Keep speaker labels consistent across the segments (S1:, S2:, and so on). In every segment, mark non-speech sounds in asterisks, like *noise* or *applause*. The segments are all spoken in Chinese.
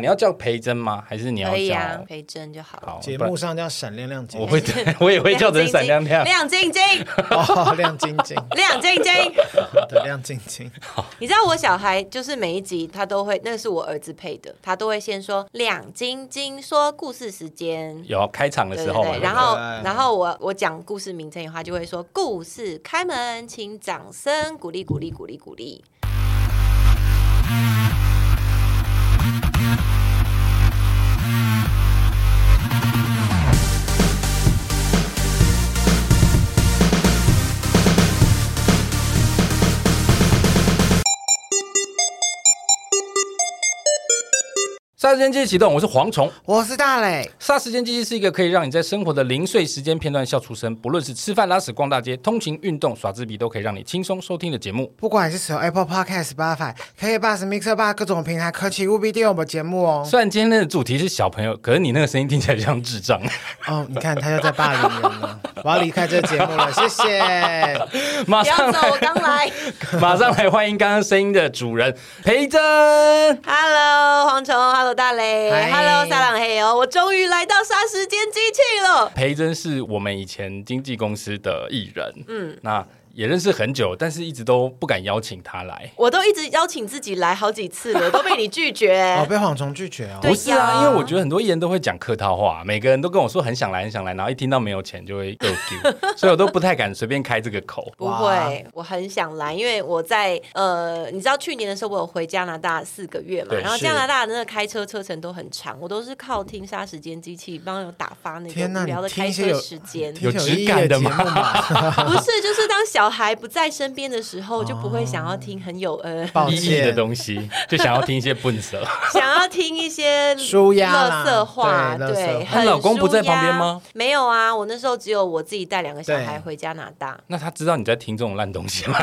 S1: 你要叫培真吗？还是你要
S2: 可以
S1: 叫？
S2: 啊，培真就好了。
S1: 好，
S3: 节
S1: 不然
S3: 目上叫闪亮亮晶
S1: 我会， *laughs* 我也会叫成闪亮亮。
S2: 亮晶晶，
S3: *laughs*
S2: *laughs*
S3: 哦，亮晶晶
S2: 亮晶晶。
S3: 对，亮晶晶，
S2: 你知道我小孩就是每一集他都会，那是我儿子配的，他都会先说亮晶晶说故事时间。
S1: 有开场的
S2: 对
S1: 时
S2: 对
S1: 候嘛，啊
S2: 对，然后
S3: 对
S2: 然后我我讲故事名称以后，他就会说故事开门，请掌声鼓励鼓励鼓励鼓励。
S1: 霎时间机器启动，我是蝗虫。
S3: *laughs* 我是大磊，
S1: 霎时间机器是一个可以让你在生活的零碎时间片段笑出声，不论是吃饭、拉屎、逛大街、通勤、运动、耍自闭，都可以让你轻松收听的节目。
S4: 不管你是使用 Apple Podcast、Spotify、k b u s Mixer Bar 各种平台，可请务必订阅我们节目哦。
S1: 虽然今天的主题是小朋友，可是你那个声音听起来就像智
S2: *laughs*
S1: 障。
S3: 哦，你看他又在霸凌人了，我要离开这个节目了，谢 *laughs* 谢。
S1: 马
S2: 不要
S1: 上
S2: 走，我刚
S1: *laughs*
S2: 来。
S1: 马上来欢迎刚刚声音的主人培真。
S2: Hello，蝗虫，Hello 大雷
S3: 嗨
S2: ，Hello 撒朗黑哦，我终于来到霎时间机器了。
S1: 培真是我们以前经纪公司的艺人，嗯，那也认识很久，但是一直都不敢邀请他来。
S2: 我都一直邀请自己来好几次了，都被你拒
S3: *laughs* 哦，
S2: 绝。
S3: 被蝗虫拒绝哦，
S2: 对
S1: 不是啊，
S2: 呀
S1: 因为我觉得很多艺人都会讲客套话，每个人都跟我说很想来，很想来，然后一听到没有钱就会又
S3: *laughs*
S1: 丢，所以我都不太敢随便开这个口。
S2: 不会，我很想来，因为我在呃，你知道去年的时候我有回加拿大四个月嘛，
S1: 对
S2: 然后
S1: 是
S2: 加拿大的那个开车车程都很长，我都是靠听杀时间机器帮我打发那
S3: 天
S2: 个
S3: 哪
S2: 无聊的
S3: 你听
S2: 开
S3: 一些
S2: 车
S3: 有
S2: 时间。
S3: 挺有意义
S1: 有质感的
S3: 节目
S1: 吗
S3: 嘛，
S1: *laughs*
S2: 不
S3: *laughs*
S2: 是，就是当小孩不在身边的时候，就不会想要听很有呃，
S3: 抱
S1: 意义的
S3: 歉，
S1: 东西，就想要听一些笨
S3: *laughs*
S1: 舌。
S2: *laughs* 想要听一些
S3: 舒压啦
S2: 垃圾话，
S3: 对垃圾
S2: 对，
S3: 话
S1: 那
S2: 很
S1: 老公不在
S2: 舒压
S1: 旁边吗？
S2: 没有啊，我那时候只有我自己带两个小孩
S3: 对
S2: 回加拿大。
S1: 那他知道你在听这种烂东西
S3: *laughs*
S1: 吗？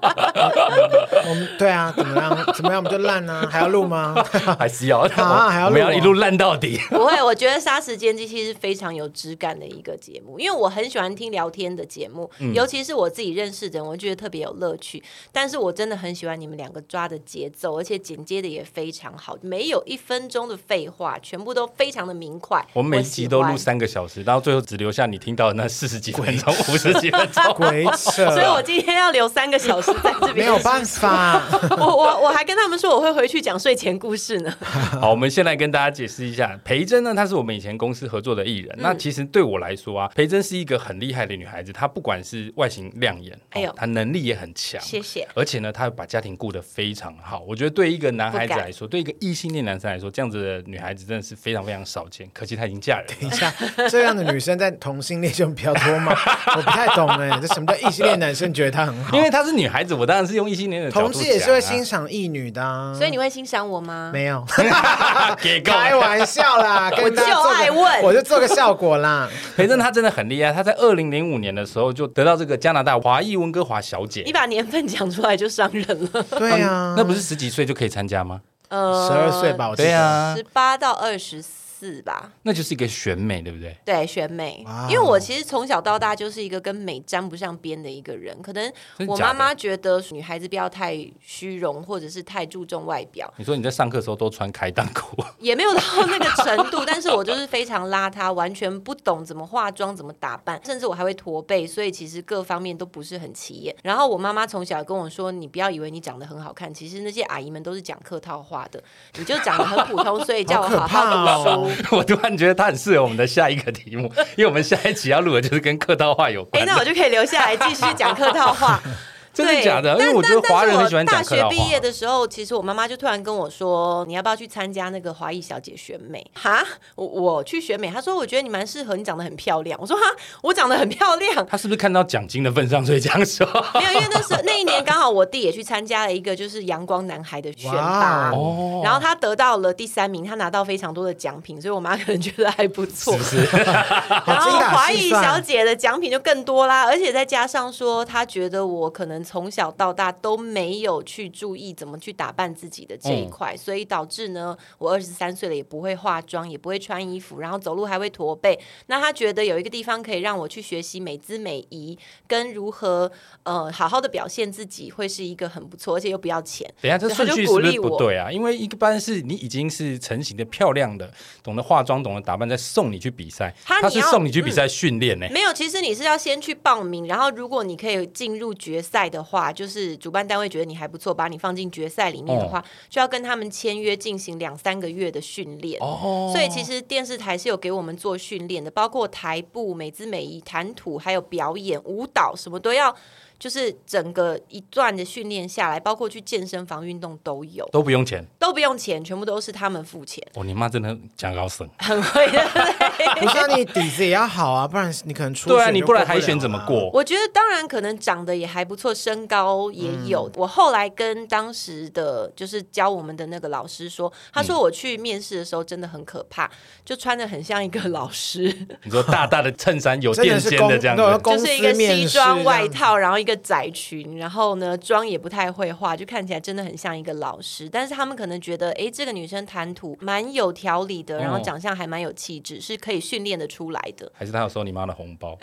S3: 我们对啊，怎么样？怎么样？我们就烂啊，还要录吗？ *laughs*
S1: 还是要？
S3: 啊还要
S1: 我们要
S3: 录哦
S1: 一路烂到底。
S2: 不会，我觉得《杀时间机器》是非常有质感的一个节目，因为我很喜欢听聊天的节目，
S3: 嗯
S2: 尤其是我自己认识的人，我觉得特别有乐趣。但是我真的很喜欢你们两个抓的节奏，而且剪接的也非常好，没有一分钟的废话，全部都非常的明快。
S1: 我们每一
S2: 喜
S1: 集都录
S2: 欢
S1: 三个小时，然后最后只留下你听到的那四十几分
S3: *laughs*
S1: 钟、五十几分钟。
S3: 鬼扯，
S2: 所以我今天要留三个小时在这边。
S3: *laughs* 没有办法，
S2: *laughs* 我我我还跟他们说我会回去讲睡前故事呢。
S3: *laughs*
S1: 好，我们先来跟大家解释一下，培珍呢，她是我们以前公司合作的艺人。
S3: 嗯
S1: 那其实对我来说啊，培珍是一个很厉害的女孩子，她不管是外形亮眼，
S2: 哎呦
S1: 哦她能力也很强，
S2: 谢谢。
S1: 而且呢，她把家庭顾得非常好。我觉得对一个男孩子
S2: 不敢
S1: 来说，对一个异性恋男生来说，这样子的女孩子真的是非常非常少见。可惜她已经嫁人了。
S3: 等一下，这样的女生在同性恋中比较
S1: *laughs*
S3: 多吗？我不太懂哎，这什么叫异性恋男生觉得他很好？
S1: 因为她是女孩子，我当然是用异性恋的角度啊
S3: 同志也是会欣
S1: 赏、
S3: 赏异女的、啊，
S2: 所以你会欣赏我吗？
S3: 没有
S1: 啊给够了
S3: 开哦玩笑
S2: *laughs*
S3: 啦，跟大家做
S2: 我就爱
S3: 个
S2: 问
S3: 我就做个效果啦。
S1: 培珍她真的很厉害，她在二零零五年的时候就得到这个加拿大华裔温哥华小姐
S2: 你。把年份讲出来就伤人了。
S3: 对
S1: *laughs*
S3: 啊，
S1: 嗯那不是十几岁就可以参加吗？
S2: 呃
S3: 十二岁，吧？我记得
S1: 对啊
S2: 十，八到二十四吧。
S1: 那就是一个选美，对不对？
S2: 对，选美
S3: 哇哦，
S2: 因为我其实从小到大就是一个跟美沾不上边的一个人。可能
S1: 真
S2: 我
S1: 假
S2: 妈
S1: 的
S2: 妈觉得女孩子不要太虚荣，或者是太注重外表，
S1: 你说你在上课的时候都穿开裆裤， *laughs*
S2: 也没有到 *laughs* 那个程度，但是我就是非常邋遢，完全不懂怎么化妆、怎么打扮，甚至我还会驼背，所以其实各方面都不是很起眼。然后我妈妈从小跟我说：“你不要以为你长得很好看，其实那些阿姨们都是讲客套话的，你就长得很普通，所以叫我
S3: 好可
S2: 好好
S3: 怕
S2: 读
S3: 哦
S2: 书。
S3: *laughs*
S1: 我突然觉得它很适合我们的下一个题目，因为我们下一期要录的就是跟客套话有
S2: 哎，
S1: 关的。
S2: 那我就可以留下来继续讲客套话。
S1: 真的
S2: 对
S1: 假的？因
S2: 但
S1: 为我觉得
S2: 但
S1: 华人
S2: 但
S1: 很
S2: 是我
S1: 喜欢讲
S2: 大
S1: 客
S2: 学
S1: 套话
S2: 毕。业的时候，其实我妈妈就突然跟我说：“你要不要去参加那个华裔小姐选美？”哈，我我去选美，她说：“我觉得你蛮适合，你长得很漂亮。”我说：“哈，我长得很漂亮。”
S1: 他是不是看到奖金的份上，所以这样说？
S2: 没有，因为那时候那一年刚好我弟也去参加了一个就是阳光男孩的选拔
S3: 哇
S1: 哦
S2: 然后他得到了第三名，他拿到非常多的奖品，所以我妈可能觉得还不错。
S1: 是不是？
S2: 然
S3: 好
S2: 后
S3: *laughs* 精打
S2: 华
S3: 细
S2: 裔
S3: 算
S2: 小姐的奖品就更多啦，而且再加上说，她觉得我可能从小到大都没有去注意怎么去打扮自己的这一块，所以导致呢，我二十三岁了也不会化妆，也不会穿衣服，然后走路还会驼背。那他觉得有一个地方可以让我去学习美姿美仪，跟如何呃好好的表现自己，会是一个很不错，而且又不要钱。
S1: 等一啊下，这
S2: 对
S1: 顺
S2: 他就
S1: 序是
S2: 鼓
S1: 不是
S2: 励
S1: 不
S2: 我
S1: 对啊？因为一般是你已经是成型的、漂亮的、懂得化妆、懂得打扮，再送你去比赛。
S2: 他
S1: 他
S2: 你
S1: 是
S2: 要嗯
S1: 送你去比赛训练呢。
S2: 没有，其实你是要先去报名，然后如果你可以进入决赛的话，就是主办单位觉得你还不错，把你放进决赛里面的话，就要跟他们签约进行两三个月的训练。
S1: 哦
S2: 所以其实电视台是有给我们做训练的，包括台步、美姿美仪、谈吐，还有表演、舞蹈，什么都要，就是整个一段的训练下来，包括去健身房运动都有，
S1: 都不用钱。
S2: 都不用钱，全部都是他们付钱，
S1: 哦，你妈真的讲高深。
S2: 很会的。
S4: 不是啊你底子也要好啊，不然你可能出
S1: 对啊，
S4: 选
S1: 你
S4: 就
S1: 不然
S4: 过
S1: 海
S4: 了
S1: 选怎么
S4: 啊？
S1: 过？
S2: 我觉得当然可能长得也还不错，身高也
S3: 嗯
S2: 有。我后来跟当时的就是教我们的那个老师说，他
S3: 嗯
S2: 说我去面试的时候真的很可怕，就穿的很像一个老
S3: *laughs*
S2: 师，
S1: 你说大大的衬衫有
S3: 真
S1: 垫
S3: 的是
S1: 肩
S3: 公
S1: 的这样
S3: 那我要
S1: 子，
S3: 公
S2: 就
S3: 司
S2: 是一个
S3: 面
S2: 西
S3: 试
S2: 装外
S3: 这样
S2: 套，然后一个窄裙，然后呢妆也不太会化，就看起来真的很像一个老师。但是他们可能觉得，诶，这个女生谈吐蛮有条理的，然后
S1: 哦
S2: 长相还蛮有气质，是可以训练的出来
S3: *laughs*
S2: 的。
S1: 还是他有收你妈的红包？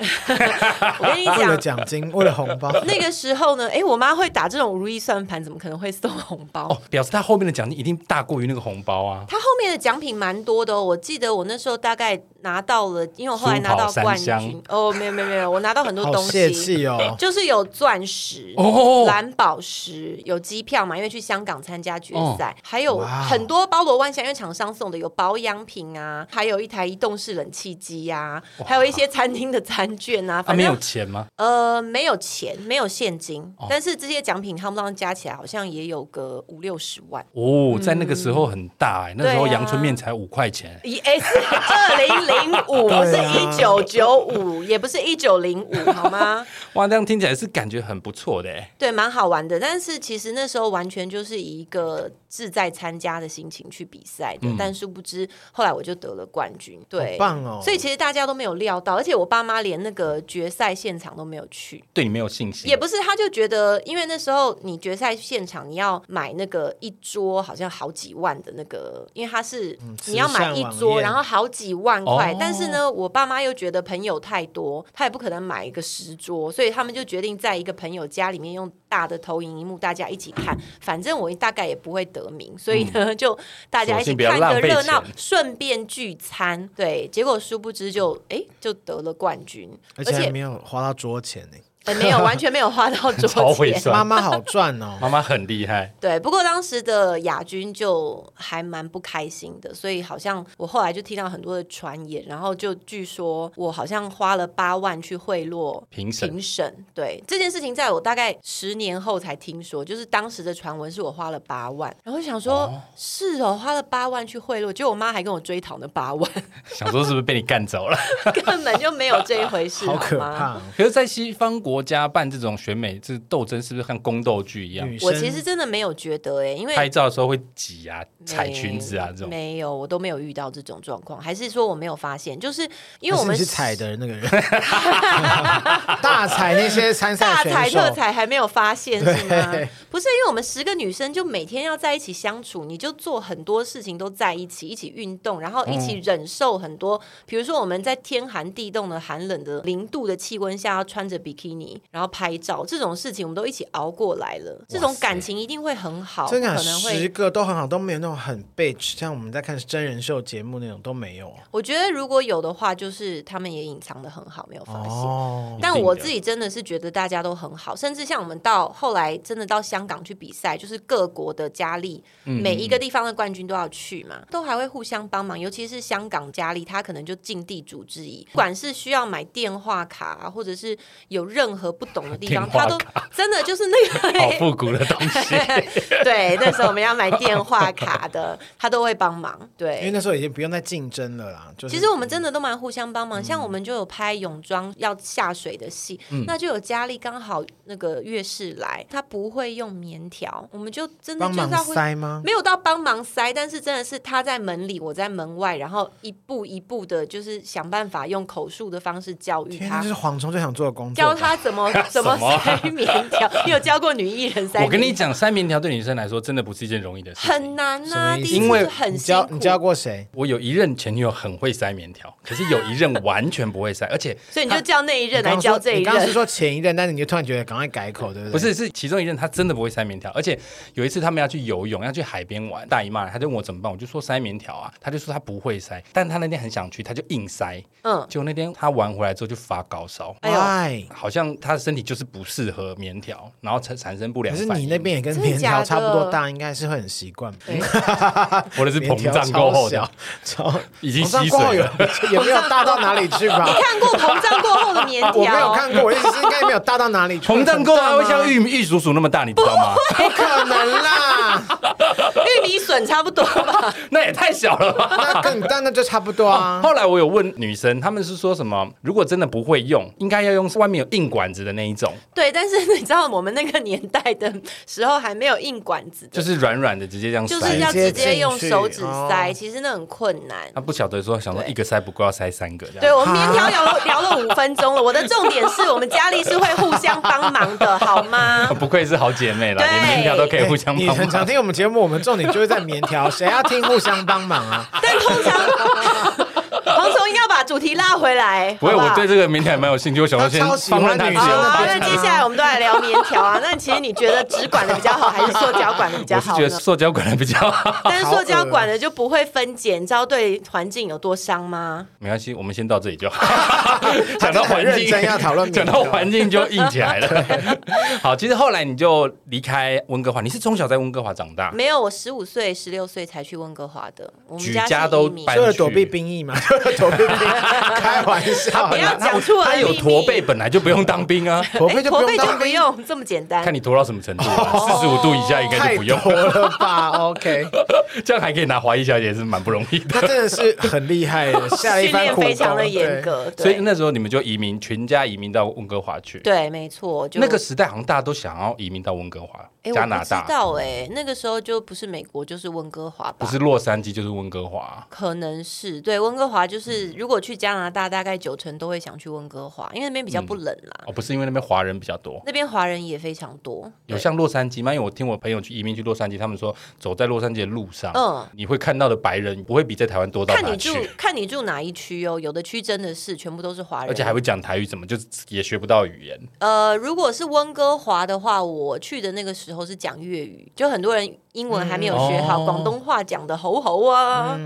S2: 我跟你
S3: 为了
S2: 讲。
S3: 奖金，为了红包，
S2: *laughs* 那个时候呢，诶，我妈会打这种如意算盘，怎么可能会送红包？
S1: 哦，表示他后面的奖金一定大过于那个红包啊！
S2: 他后面的奖品蛮多的、哦，我记得我那时候大概拿到了，因为我后来拿到
S1: 珠宝
S2: 冠
S1: 三
S2: 军
S1: 箱
S2: 哦，没有没有没有，我拿到很多
S3: 好
S2: 东
S3: 泄
S2: 西，
S3: 气哦。
S2: 就是有钻石、
S1: 哦
S2: 蓝宝石，有机票嘛，因为去香港参加决赛，还有
S3: 哇哦
S2: 很多包罗万象，因为厂商送的有保养品啊，还有一台移动式冷气机呀、啊，还有一些餐厅的餐券啊，
S1: 他
S2: 反
S1: 没有哦
S2: 正
S1: 钱吗？
S2: 呃没有钱，没有现金，但是这些奖品他们当加起来好像也有个五六十万。
S1: 哦，在那个时候很大哎，那时候
S2: 对啊
S1: 阳春面才五块钱。欸
S2: 一 S 二零零五，不是
S3: 对
S2: 一
S3: 啊
S2: 九九五，也不是一九零五， *laughs* 好吗？
S1: 哇，这样听起来是感觉很不错的哎。
S2: 对，蛮好玩的。但是其实那时候完全就是以一个志在参加的心情去比赛的，但殊不知后来我就得了冠军，对，
S3: 嗯好棒哦
S2: 所以其实大家都没有料到，而且我爸妈连那个决赛现场都没有去，
S1: 对你没有信心
S2: 也，不是，他就觉得，因为那时候你决赛现场你要买那个一桌好像好几万的那个，因为他是、
S1: 嗯
S2: 你要买一
S3: 慈善网
S2: 桌，
S3: 页
S2: 然后好几万块。
S1: 哦
S2: 但是呢，我爸妈又觉得朋友太多，他也不可能买一个十桌，所以他们就决定在一个朋友家里面用大的投影荧幕，大家一起看。反正我大概也不会得名，所以呢，就大家一
S1: 嗯索
S2: 起
S1: 性不要
S2: 看
S1: 浪
S2: 个
S1: 费
S2: 热闹
S1: 钱，
S2: 顺便聚餐。对，结果殊不知就哎、就得了冠军，而
S3: 而且还
S2: 且
S3: 没有花到桌钱呢，
S2: 呃没有完全没有花到
S1: *laughs* 超
S2: 桌
S1: 会
S2: 钱。
S1: 算。
S3: 妈妈好赚哦。
S1: 妈妈很厉害，
S2: 对，不过当时的亚军就还蛮不开心的，所以好像我后来就听到很多的传言，然后就据说我好像花了八万去贿赂
S1: 评审
S2: 评审，对这件事情，在我大概十年后才听说，就是当时的传闻是我花了八万，然后就想说，是哦，花了八万去贿赂，结果我妈还跟我追讨那八万， *laughs*
S1: 想说是不是被你干走了？ *laughs*
S2: 根本就没有这一回事，
S3: *laughs* 好可
S2: 吗
S3: 怕、哦！
S1: 可是，在西方国家办这种选美这斗争，是不是和宫斗剧一样？
S3: 女生，
S2: 我其实真的没有觉得哎、因为
S1: 拍照的时候会挤啊、
S2: 没
S1: 踩裙子啊这种。
S2: 没有，我都没有遇到这种状况，还是说我没有发现？就是因为
S3: 还
S2: 我
S3: 是
S2: 们
S3: 你是踩的那
S2: *laughs*
S3: 个人， *laughs* 大踩那些参赛
S2: 大
S3: 选
S2: 踩
S3: 手，
S2: 特踩还没有发现是吗
S3: 对？
S2: 不是，因为我们十个女生就每天要在一起相处，你就做很多事情都在一起，一起运动，然后一
S3: 嗯
S2: 起忍受很多，比如说我们在天寒地冻的寒冷的零度的气温下，要穿着比基尼然后拍照，这种事情我们都一起熬过来了，这种感情一定会很好，可
S3: 真的啊
S2: 能会
S3: 十个都很好，都没有那种很 bitch，像我们在看真人秀节目那种都没有。
S2: 我觉得如果有的话，就是他们也隐藏的很好，没有发现。
S3: 哦，
S2: 但我自
S1: 己
S2: 己真的是觉得大家都很好，甚至像我们到后来真的到香港去比赛，就是各国的佳丽，每一个地方的冠军都要去嘛，都还会互相帮忙。尤其是香港佳丽，她可能就尽地主之谊，不管是需要买电话卡、啊，或者是有任何不懂的地方，
S1: 电话
S2: 她都 *laughs* 真的就是那
S1: 好
S2: 个
S1: 复古的东
S2: *laughs*
S1: 西，
S2: 对，那时候我们要买电话卡的，她都会帮忙。对，
S3: 因为那时候已经不用再竞争了啦。就是
S2: 其实我们真的都蛮互相帮忙，像我们
S3: 嗯
S2: 就有拍泳装要下水的戏，那就有佳丽刚好那个月事来，她不会用棉条，我们就真的
S3: 帮
S2: 就是
S3: 忙
S2: 要会。
S3: 塞吗？
S2: 没有到帮忙塞，但是真的是她在门里，我在门外，然后一步一步的，就是想办法用口述的方式教育
S3: 天哪，
S2: 她
S3: 这是，蝗虫最想做的工作
S2: 嗯教
S3: 吧。
S2: 她怎
S3: *laughs*
S2: 么怎么
S1: 什么啊
S2: 塞棉条？你有教过女艺人塞？
S1: 我跟你，讲，三棉条对女生来说真的不是一件容易的事
S2: 很
S1: 情。
S2: 难
S3: 什
S2: 呐、
S3: 么
S2: 第
S3: 意
S2: 一次
S3: 思
S1: 因为
S2: 很
S3: 你
S2: 辛
S3: 教
S2: 苦。
S3: 你教过谁？
S1: 我有一任前女友很会塞棉条，可是有一任完全不会塞， *laughs* 而且
S2: 所以你就叫那一任
S3: 你
S2: 来
S3: 刚
S2: 教
S3: 说
S2: 这一
S3: 你刚刚
S2: 任
S3: 是。说前一任，但是你就突然觉得赶快改口，对不对？
S1: 不，是，是其中一任他真的不会塞棉条，而且有一次他们要去游泳，要去海边玩，大姨妈来，他就问我怎么办，我就说塞棉条啊，他就说他不会塞，但他那天很想去，他就硬塞，
S2: 嗯，
S1: 结果那天他玩回来之后就发高烧，
S2: 哎呦
S3: Why？
S1: 好像他的身体就是不适合棉条，然后产产生不良
S3: 可是
S1: 反
S3: 你
S1: 应
S3: 那边也跟
S2: 真的
S3: 棉条
S2: 假
S3: 差
S2: 的
S3: 不多大，应该是会很习惯。
S2: 对
S1: 我的是膨胀过后的，
S3: 超小，超
S1: 已经
S3: 膨胀
S1: 吸
S3: 过
S1: 水
S3: 后有
S1: 了
S3: 也没有 *laughs* 大到哪里去
S2: *laughs*
S3: 吧？
S2: 看过膨胀过后的棉条，
S3: *laughs* 我没有看过，我意思是应该也没有大到哪里去。
S1: 膨胀过
S3: 很大
S1: 后
S3: 吗
S1: 会像玉米玉鼠鼠那么大，你知道吗？
S3: 不可能啦，
S2: 玉米笋差不多
S3: *laughs*
S2: 吧？
S1: *laughs* 那也太小了吧。
S3: 那更但那就差不多啊。
S1: *laughs* 后来我有问女生，她们是说什么？如果真的不会用，应该要用外面有硬管子的那一种，
S2: 对，但是你知道我们那个年代的时候还没有硬管子的，
S1: 就是软软的，直接这样塞。
S2: 就是要直接用
S3: 直接进去
S2: 手指塞，
S3: 哦啊
S2: 其实那很困难。
S1: 她不晓得说，想说
S2: 对
S1: 一个塞不够，要塞三个这
S2: 对，
S1: 样。
S2: 我们明天聊聊了五分钟了。我的重点是我们佳丽是会互相帮忙
S3: *laughs*
S2: 的，好吗？
S1: 不愧是好姐妹啦，
S2: 对
S1: 连棉条都可以互相
S3: 哎你
S1: 帮
S3: 很常
S1: 忙。
S3: 听我们节目，我们重点就是在棉条，谁要听互相帮忙啊？
S1: *laughs*
S2: 但通
S3: *laughs*
S2: 常黄总应该把主题拉回来，
S1: 不会，
S2: 好好
S1: 我对这个棉条也蛮有兴趣，我想要先
S3: 她超喜欢
S1: 放任她自
S3: 女
S1: 由
S3: 生的
S1: 发
S2: 好，啊
S1: 挥
S2: 那接下来我们都来聊棉条啊。那其实你觉得纸管的比较好，还是塑胶管的比较
S1: 我是
S2: 好
S1: 觉
S2: 呢
S1: 得？塑胶管的比较哦好。
S2: 但是塑胶管的就不会分解，你知道对环境有多伤吗？
S1: 没关系，我们先到这里就好。讲到环
S3: 他真的很
S1: 境，
S3: 认真要讨论
S1: 讲
S3: 棉条
S1: 到环境就硬起来了。好，其实后来你就离开温哥华，你是从小在温哥华长大，
S2: 没有，我十五岁、十六岁才去温哥华的，我们
S1: 举
S2: 家
S1: 家
S2: 是
S1: 都
S2: 移民
S1: 搬。
S3: 就为了躲避
S1: *laughs*
S3: 兵役嘛，就为了躲避兵役，开玩
S2: *laughs*
S3: 笑
S2: 啊不要
S3: 啦。
S2: 讲出我
S1: 他
S2: 的秘
S1: 有
S2: 密
S1: 驼背，本来就不用当兵
S2: *laughs*
S1: 啊。
S3: 驼
S2: 哎
S3: 背就不
S2: 驼
S3: 用
S2: 背就
S3: 当
S2: 不
S3: 兵，
S2: 用这么简单
S1: 看。你驼到什么程度吧，
S2: 哦
S1: 四十五度以下应该
S3: 太
S1: 就不用，
S3: 多了吧？OK，
S1: *laughs* 这样还可以拿华裔小姐是蛮不容易的。
S3: *laughs* 他真的是很厉害 *laughs* 的，下了一
S2: 训
S3: 番
S2: 练
S3: 苦功，
S2: 非常的严
S3: 对。
S2: 格，
S1: *laughs* 所以
S2: 对
S1: 那时候你们就移民，全家移民到温哥华去。
S2: 对，没错，就
S1: 那个时代好像大家都想要移民到温哥华，
S2: 哎，
S1: 加
S2: 我不
S1: 拿
S2: 知
S1: 大
S2: 道哎，那个时候就不是美国就是温哥华吧？
S1: 不是洛杉矶就是温哥华。
S2: 可能是对温哥华，就是
S1: 嗯
S2: 如果去加拿大，大概九成都会想去温哥华，因为那边比较不冷啦，
S1: 哦，不是因为那边华人比较多，
S2: 那边华人也非常多。
S1: 有
S2: 对
S1: 像洛杉矶吗？因为我听我朋友去移民去洛杉矶，他们说走在洛杉矶的路上，
S2: 嗯
S1: 你会看到的白人不会比在台湾多到
S2: 看
S1: 哪
S2: 你住
S1: 去，
S2: 看你住哪一区哦，有的区真的是全部都是华人，
S1: 而且还会讲台语，怎么就是也学不到语言。
S2: 呃，如果是温哥华的话，我去的那个时候是讲粤语，就很多人英文还没有学好，
S1: 哦
S2: 广东话讲的猴猴啊。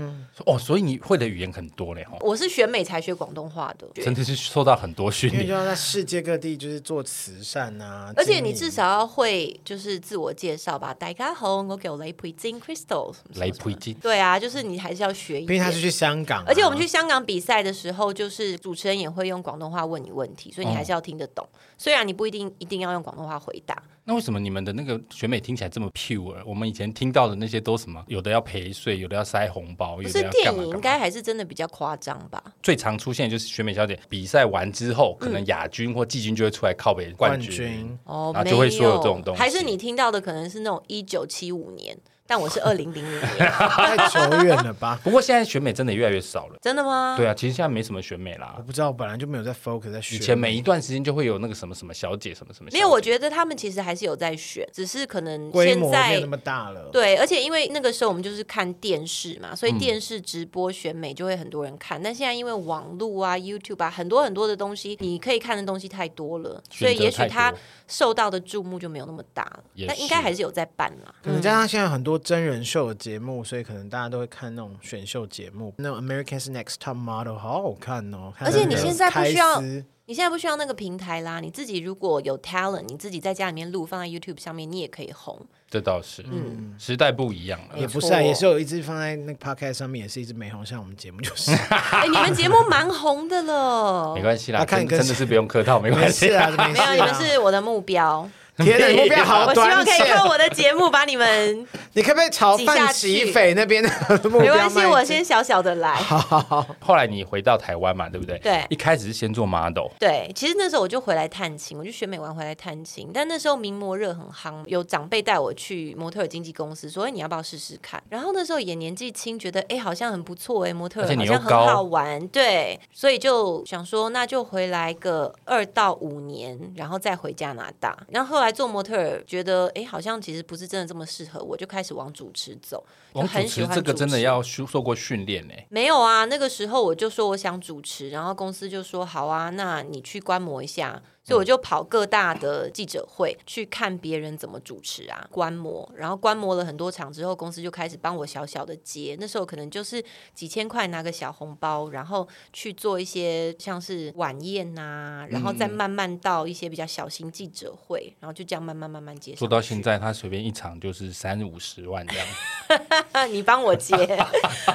S1: 哦，所以你会的语言很多嘞，吼，
S2: 我是选美才学广东话的，
S1: 真的是受到很多训
S3: 因为就
S1: 练。
S3: 要在世界各地就是做慈善啊，
S2: 而且
S3: 经
S2: 你
S3: 营
S2: 至少要会就是自我介绍吧，大家好，我叫雷培金 Crystal，什么什么
S1: 来
S2: 什
S1: 普
S2: 么
S1: 京，
S2: 对啊，就是你还是要学一
S3: 毕竟他
S2: 点
S3: 是。去香港啊，
S2: 而且我们去香港比赛的时候，就是主持人也会用广东话问你问题，所以你
S1: 哦
S2: 还是要听得懂。虽然你不一定一定要用广东话回答，
S1: 那为什么你们的那个选美听起来这么 pure？我们以前听到的那些都什么？有的要陪睡，有的要塞红包，
S2: 可
S1: 有
S2: 是
S1: 的要
S2: 电
S1: 干嘛
S2: 影应
S1: 干嘛
S2: 该还是真的比较夸张吧？
S1: 最常出现的就是选美小姐比赛完之后，可能亚军或季军就会出来靠北冠
S3: 冠
S1: 军。
S3: 军，
S2: 哦，
S1: 然后啊就
S2: 没有，
S1: 会说有这种东西
S2: 还是你听到的可能是那种一九七五年，但我是二零零五年，
S1: *laughs*
S3: 太久远了 *laughs* 吧？
S1: 不过现在选美真的越来越少了。
S2: 真的吗？
S1: 对啊，其实现在没什么选美啦
S3: 我。不知道，我本来就没有在 focus 在学
S1: 以前每一段时间就会有那个什么什么小姐，什么什么小姐。
S2: 没有，我觉得他们其实还是有在选，只是可能
S3: 规
S2: 现
S3: 模没有
S2: 在嗯
S3: 那么大了。
S2: 对，而且因为那个时候我们就是看电视嘛，
S1: 嗯
S2: 所以电视直播选美就会很多人看。但现在因为网络啊、YouTube 啊，很多很多的东西，你可以看的东西太多了，所以
S1: 选择
S2: 也许
S1: 太多
S2: 他受到的注目就没有那么大了
S1: 也。
S2: 但应
S1: 是
S2: 该还是有在办啦。
S3: 可能加上现在很多真人秀的节目，所以可能大家都会看那种选秀节目，那种 America's Next Top Model 好好看哦。
S2: 而且你现在不需要
S3: 看那个开司
S2: 你现在不需要那个平台啦，你自己如果有 talent，你自己在家里面录，放在 YouTube 上面，你也可以红。
S1: 这倒是，
S2: 嗯
S1: 时代不一样了。
S3: 也不是
S2: 没
S3: 啊，
S2: 错
S3: 也是有一只放在那个 podcast 上面，也是一只美红，像我们节目就是，
S2: 哎、你们节目蛮红的了
S1: 没，关系啦，
S3: 啊看
S1: 真
S3: 跟
S1: 真的是不用客套，没
S3: 没
S1: 关
S3: 事
S1: 系。
S3: 啊，没
S2: 没
S3: 事
S2: 有，
S3: 啊。
S2: 你们是我的目标。
S3: *laughs* 天哪，你目标好
S2: 我希望
S3: 短
S2: 可以
S3: 浅。
S2: 靠我的节目把你们，
S3: 你可不可以朝范齐斐那边的 *laughs* 目标
S2: 没关系，
S3: 迈进
S2: 我先小小的来。
S1: 后来你回到台湾嘛，对不对？
S2: 对
S1: 一开始是先做 model，
S2: 对，其实那时候我就回来探亲，我就学美完回来探亲，但那时候名模热很夯，有长辈带我去模特儿经纪公司，说哎你要不要试试看？然后那时候也年纪轻，觉得哎好像很不错哎，模特儿
S1: 而且你
S2: 好
S1: 又
S2: 像很
S1: 高
S2: 好玩，对，所以就想说那就回来个二到五年，然后再回加拿大。然后后来做模特儿，觉得哎好像其实不是真的这么适合我，就开始往主持走，就
S1: 我主
S2: 很喜
S1: 持
S2: 欢
S1: 这个
S2: 主
S1: 真的
S2: 持
S1: 要受受过训练呢、
S2: 没有啊，那个时候我就说我想主持，然后公司就说好啊，那你去观摩一下。所
S1: 嗯
S2: 以我就跑各大的记者会去看别人怎么主持啊，观摩，然后观摩了很多场之后，公司就开始帮我小小的接。那时候可能就是几千块拿个小红包，然后去做一些像是晚宴呐、然后
S1: 嗯
S2: 再慢慢到一些比较小型记者会，然后就这样慢慢慢慢接上去。
S1: 做到现在，他随便一场就是三五十万这样。 *laughs*
S2: 啊你帮我接，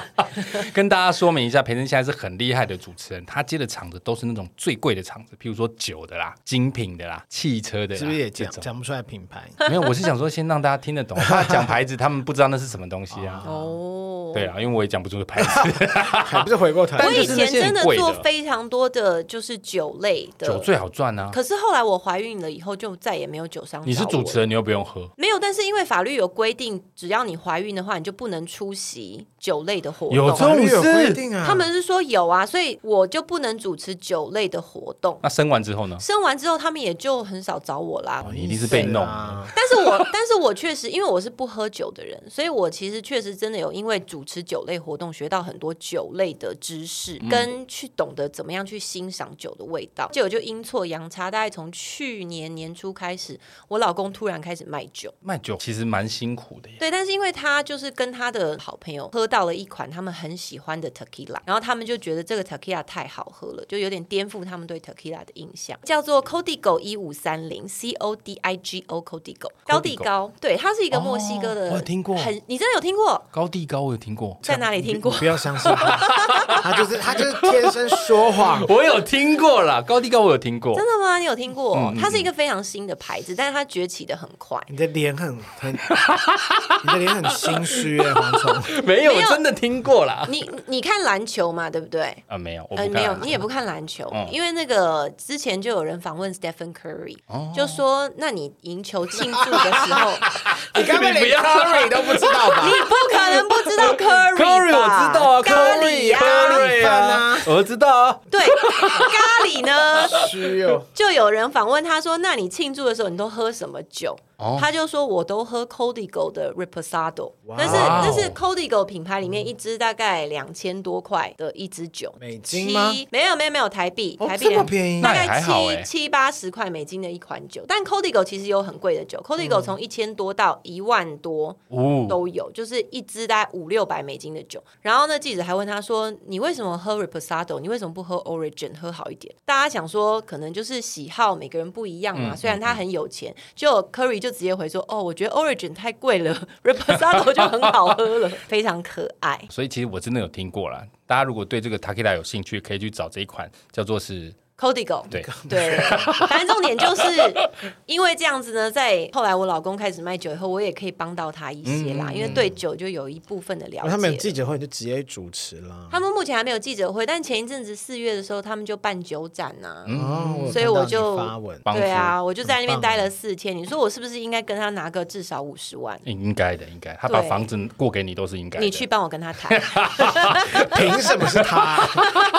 S2: *laughs*
S1: 跟大家说明一下，培珍现在是很厉害的主持人，他接的场子都是那种最贵的场子，譬如说酒的啦、精品的啦、汽车的啦，
S3: 是不是也
S1: 这
S3: 讲
S1: 种？
S3: 讲不出来品牌？
S1: 没有，我是想说先让大家听得懂，怕讲牌子他们不知道那是什么东西啊。
S2: 哦
S1: 对啊，因为我也讲不出牌
S3: *laughs*
S1: 子，
S3: *laughs* 还不是回过头来
S1: 但
S2: 我
S1: 就
S2: 以
S1: 是那
S2: 前
S1: 些很
S2: 真的
S1: 贵的
S2: 做非常多的就是酒类的，
S1: 酒最好赚啊。
S2: 可是后来我怀孕了以后，就再也没有酒商。
S1: 你是主持？人，你又不用喝。
S2: 没有，但是因为法律有规定，只要你怀孕的话，你就不能出席酒类的活动。啊
S1: 有这种
S3: 有规
S1: 事
S3: 定啊？
S2: 他们是说有啊，所以我就不能主持酒类的活动。
S1: 那生完之后呢？
S2: 生完之后，他们也就很少找我啦。
S1: 哦你一定是被弄的。
S3: 啊，
S2: 但是我， *laughs* 但是我确实，因为我是不喝酒的人，所以我其实确实真的有因为主持酒类活动学到很多酒类的知识，跟去懂得怎么样去欣赏酒的味道。结果就阴错阳差，大概从去年年初开始，我老公突然开始卖酒。
S1: 卖酒其实蛮辛苦的耶。
S2: 对，但是因为他就是跟他的好朋友喝到了一款他们很喜欢的 tequila，然后他们就觉得这个 tequila 太好喝了，就有点颠覆他们对 tequila 的印象，叫做 Código 一五三零 C O D I G O Código 高地高，对，它是一个墨西哥的，
S1: 哦我有听过
S2: 很你真的有听过？
S1: 高地高我有听过，
S2: 在哪里听过
S3: 你？不要相信 *laughs* 他，
S4: 他就是他就是天生说谎，
S1: 我有听过啦，高地高我有听过
S2: 真。的吗？你有听过、
S1: 嗯嗯
S2: 它是一个非常新的牌子，但是它崛起的很快。
S3: *laughs* 你的脸很很，你的脸很心虚哎，黄 *laughs* 虫。
S1: 没有，
S2: 没有
S1: 真的听过啦。
S2: 你你看篮球嘛，对不对？
S1: 啊，没有，我
S2: 呃，
S1: 不
S2: 没有，
S1: 看。
S2: 你也不看篮球，
S1: 嗯
S2: 因为那个之前就有人访问 Stephen Curry，、就
S1: 哦
S2: 说那你赢球庆祝的
S1: *laughs*
S2: 时候，
S4: 你根本
S1: 啊你不
S4: 连
S1: 要
S4: Curry 都不知道吧
S2: 你？不可能不知道 Curry 吧
S1: Curry 我知道啊
S2: 咖喱
S1: ，Curry
S2: 呀、
S1: Curry
S4: 饭
S1: 啊
S4: 啊，
S1: 我知道啊。
S2: 对，咖喱呢，
S3: 虚哦，
S2: 就有人访问他说，那你庆祝的时候你都喝什么酒？
S1: 哦
S2: 他就说我都喝 Código 的 Reposado，
S3: 哇
S2: 但是
S1: 哦
S2: 那是 Código 品牌里面一支大概两千多块的一支酒，
S3: 美金
S2: 七
S3: 吗？
S2: 没有没有没有台币，
S3: 哦
S2: 台币
S3: 这么
S2: 人
S3: 便宜
S2: 大
S1: 那也
S2: 概
S1: 还
S2: 七、
S1: 好欸
S2: 七八十块美金的一款酒。但 Código 其实有很贵的酒，Código
S1: 嗯
S2: 从一千多到一万多
S1: 哦，
S2: 都有，就是一支大概五六百美金的酒。然后呢，记者还问他说：“你为什么喝 Reposado？你为什么不喝 Origin？喝好一点？”大家想说，可能就是喜好每个人不一样
S1: 嗯
S2: 嘛。虽然他很有钱，就 Curry 就直接回说：“哦，我觉得 Origin 太贵了，Reposado 就很好喝了， *laughs* 非常可爱。”
S1: 所以其实我真的有听过啦。大家如果对这个 Takila 有兴趣，可以去找这一款，叫做是
S2: Codigo，
S1: 对 *laughs*
S2: 对，反正重点就是因为这样子呢，在后来我老公开始卖酒以后，我也可以帮到他一些
S1: 嗯
S2: 啦，因为对酒就有一部分的了解。
S3: 哦他们有记者会，你就直接主持啦。
S2: 他们目前还没有记者会，但前一阵子四月的时候，他们就办酒展呐、
S3: 哦，有
S2: 所以我
S3: 看到你
S2: 就
S3: 发文，
S1: 嗯帮扶嗯
S2: 对啊，我就在那边
S3: 很棒
S2: 待了四天。你说我是不是应该跟他拿个至少五十万？
S1: 应应该的，应该他把
S2: 对
S1: 房子过给你都是应该的。*laughs*
S2: 你去帮我跟他谈，
S3: 凭什么是他啊？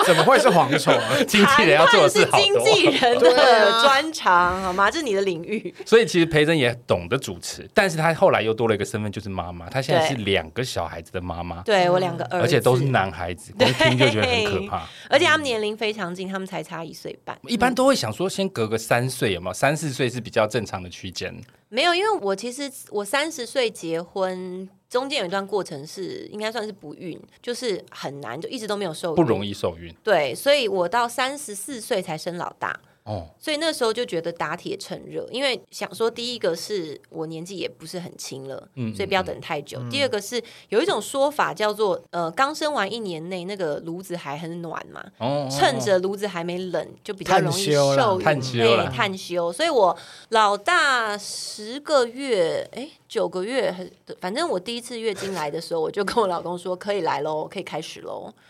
S3: 怎么会是蝗虫
S2: *laughs*
S3: 啊？
S1: 经纪人要
S2: 谈
S1: 做的
S2: 判
S1: 事
S2: 是
S1: 好
S2: 经纪
S1: 多。 *laughs* 啊
S2: 人的专长，好吗？这是你的领域。
S1: 所以其实培珍也懂得主持，但是她后来又多了一个身份，就是妈妈。她现在是
S2: 对
S1: 两个小孩子的妈妈，
S2: 对我两个儿子，
S1: 嗯而且都是男孩
S2: *laughs*
S1: 子，光听就觉得很可怕。
S2: 而且他们年龄非常近，他们才差一岁半。
S1: 一般都会想说，先隔个三岁，有没有？三四岁是比较正常的区间。
S2: 没有，因为我其实我三十岁结婚，中间有一段过程是应该算是不孕，就是很难，就一直都没有受孕，
S1: 不容易受孕。
S2: 对，所以我到三十四岁才生老大。
S1: 哦，
S2: 所以那时候就觉得打铁趁热，因为想说第一个是我年纪也不是很轻了，
S1: 嗯
S2: 所以不要等太久。第二个是有一种说法叫做呃，刚生完一年内那个炉子还很暖嘛，
S1: 哦，
S2: 趁着炉子还没冷，就比较容易
S3: 探休啦
S2: 受
S1: 探
S2: 孕
S1: 休
S2: 对
S1: 啦
S2: 探休。所以我老大十个月，哎，九个月，还是反正我第一次月经来的时候，我就跟我老公说可以来喽，可以开始喽。
S1: *laughs*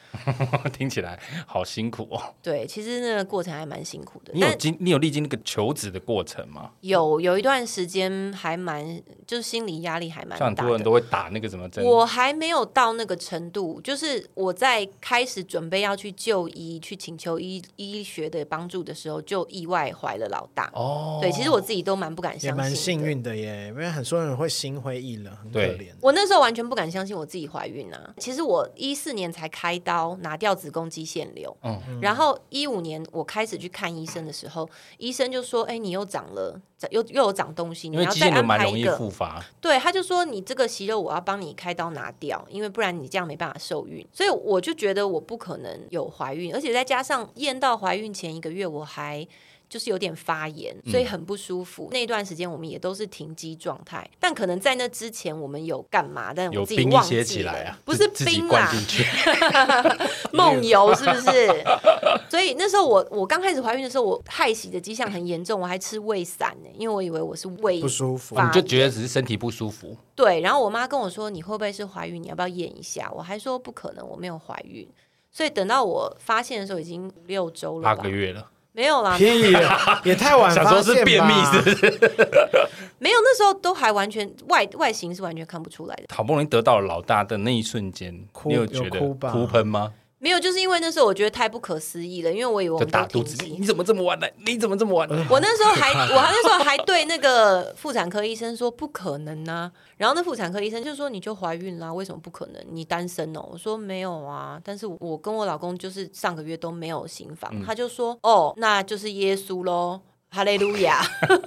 S1: 听起来好辛苦哦。
S2: 对，其实那个过程还蛮辛苦的，
S1: 你有
S2: 但
S1: 经你有历经那个求职的过程吗？
S2: 有有一段时间还蛮，就是心理压力还蛮
S1: 像很
S2: 大
S1: 多人
S2: 的。
S1: 都会打那个什么针，
S2: 我还没有到那个程度，就是我在开始准备要去就医、去请求医医学的帮助的时候，就意外怀了老大。
S1: 哦，
S2: 对，其实我自己都蛮不敢
S3: 也
S2: 相
S3: 蛮
S2: 信
S3: 幸
S2: 的。
S3: 运的耶，因为很多人会心灰意冷，很可
S1: 对
S3: 怜。
S2: 我那时候完全不敢相信我自己怀孕啊！其实我一四年才开刀拿掉子宫肌腺瘤，
S1: 嗯
S2: 然后一五年我开始去看医生的时候，医生就说：“哎、你又长了，长又又有长东西，你
S1: 因为
S2: 要
S1: 肌
S2: 再
S1: 腺瘤
S2: 安
S1: 蛮
S2: 排
S1: 容
S2: 一
S1: 易
S2: 个。
S1: 复发，”
S2: 对，他就说：“你这个息肉我要帮你开刀拿掉，因为不然你这样没办法受孕。”所以我就觉得我不可能有怀孕，而且再加上验到怀孕前一个月我还。就是有点发炎，所以
S1: 嗯
S2: 很不舒服。那段时间我们也都是停机状态，但可能在那之前我们有干嘛，但
S1: 有
S2: 我自己
S1: 冰
S2: 忘
S1: 写
S2: 记
S1: 起
S2: 了。
S1: 来啊，
S2: 不是
S1: *laughs* 自自己
S2: 冰
S1: 灌
S2: 啦，
S1: 进
S2: *laughs*
S1: 去，*laughs*
S2: 梦游是不是？ *laughs* 所以那时候我我刚开始怀孕的时候，我害喜的迹象很严重，我还吃胃散呢，因为我以为我是胃
S3: 不舒服
S2: 发
S1: 你就觉得只是身体不舒服，
S2: 对，然后我妈跟我说你会不会是怀孕，你要不要验一下？我还说不可能，我没有怀孕。所以等到我发现的时候，已经五六周
S1: 八
S2: 了吧
S1: 个？月了，
S2: 没有啦，
S3: 便宜了，也太晚
S1: *laughs* 想
S3: 发
S1: 说
S3: 现
S1: 是便秘
S3: 吧
S1: 是不是？
S2: 没有，那时候都还完全外外形是完全看不出来的。
S1: 好不容易得到了老大的那一瞬间，
S3: 哭
S1: 你觉得
S3: 有哭吧
S1: 哭喷吗？
S2: 没有，就是因为那时候我觉得太不可思议了，因为我以为我
S1: 就
S2: 们都
S1: 打肚
S2: 停
S1: 子，你
S2: 机。
S1: 你怎么这么晚来？你怎么这么晚来？
S2: 我那时候还，我那时候还对那个妇产科医生说不可能呐、然后那妇产科医生就说你就怀孕啦，为什么不可能？你单身哦？我说没有啊，但是我跟我老公就是上个月都没有行房，他就说哦，那就是耶稣喽。哈利路亚！ *laughs*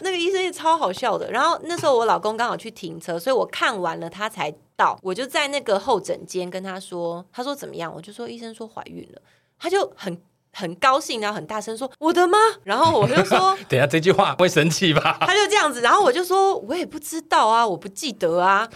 S2: 那个医生也超好笑的。然后那时候我老公刚好去停车，所以我看完了他才到，我就在那个候诊间跟他说，他说怎么样？我就说医生说怀孕了，他就很很高兴，然后很大声说我的吗？然后我就说
S3: *laughs*
S1: 等一下这句话会生气
S2: *laughs*
S1: 吧？
S2: 他就这样子，然后我就说我也不知道啊，我不记得啊，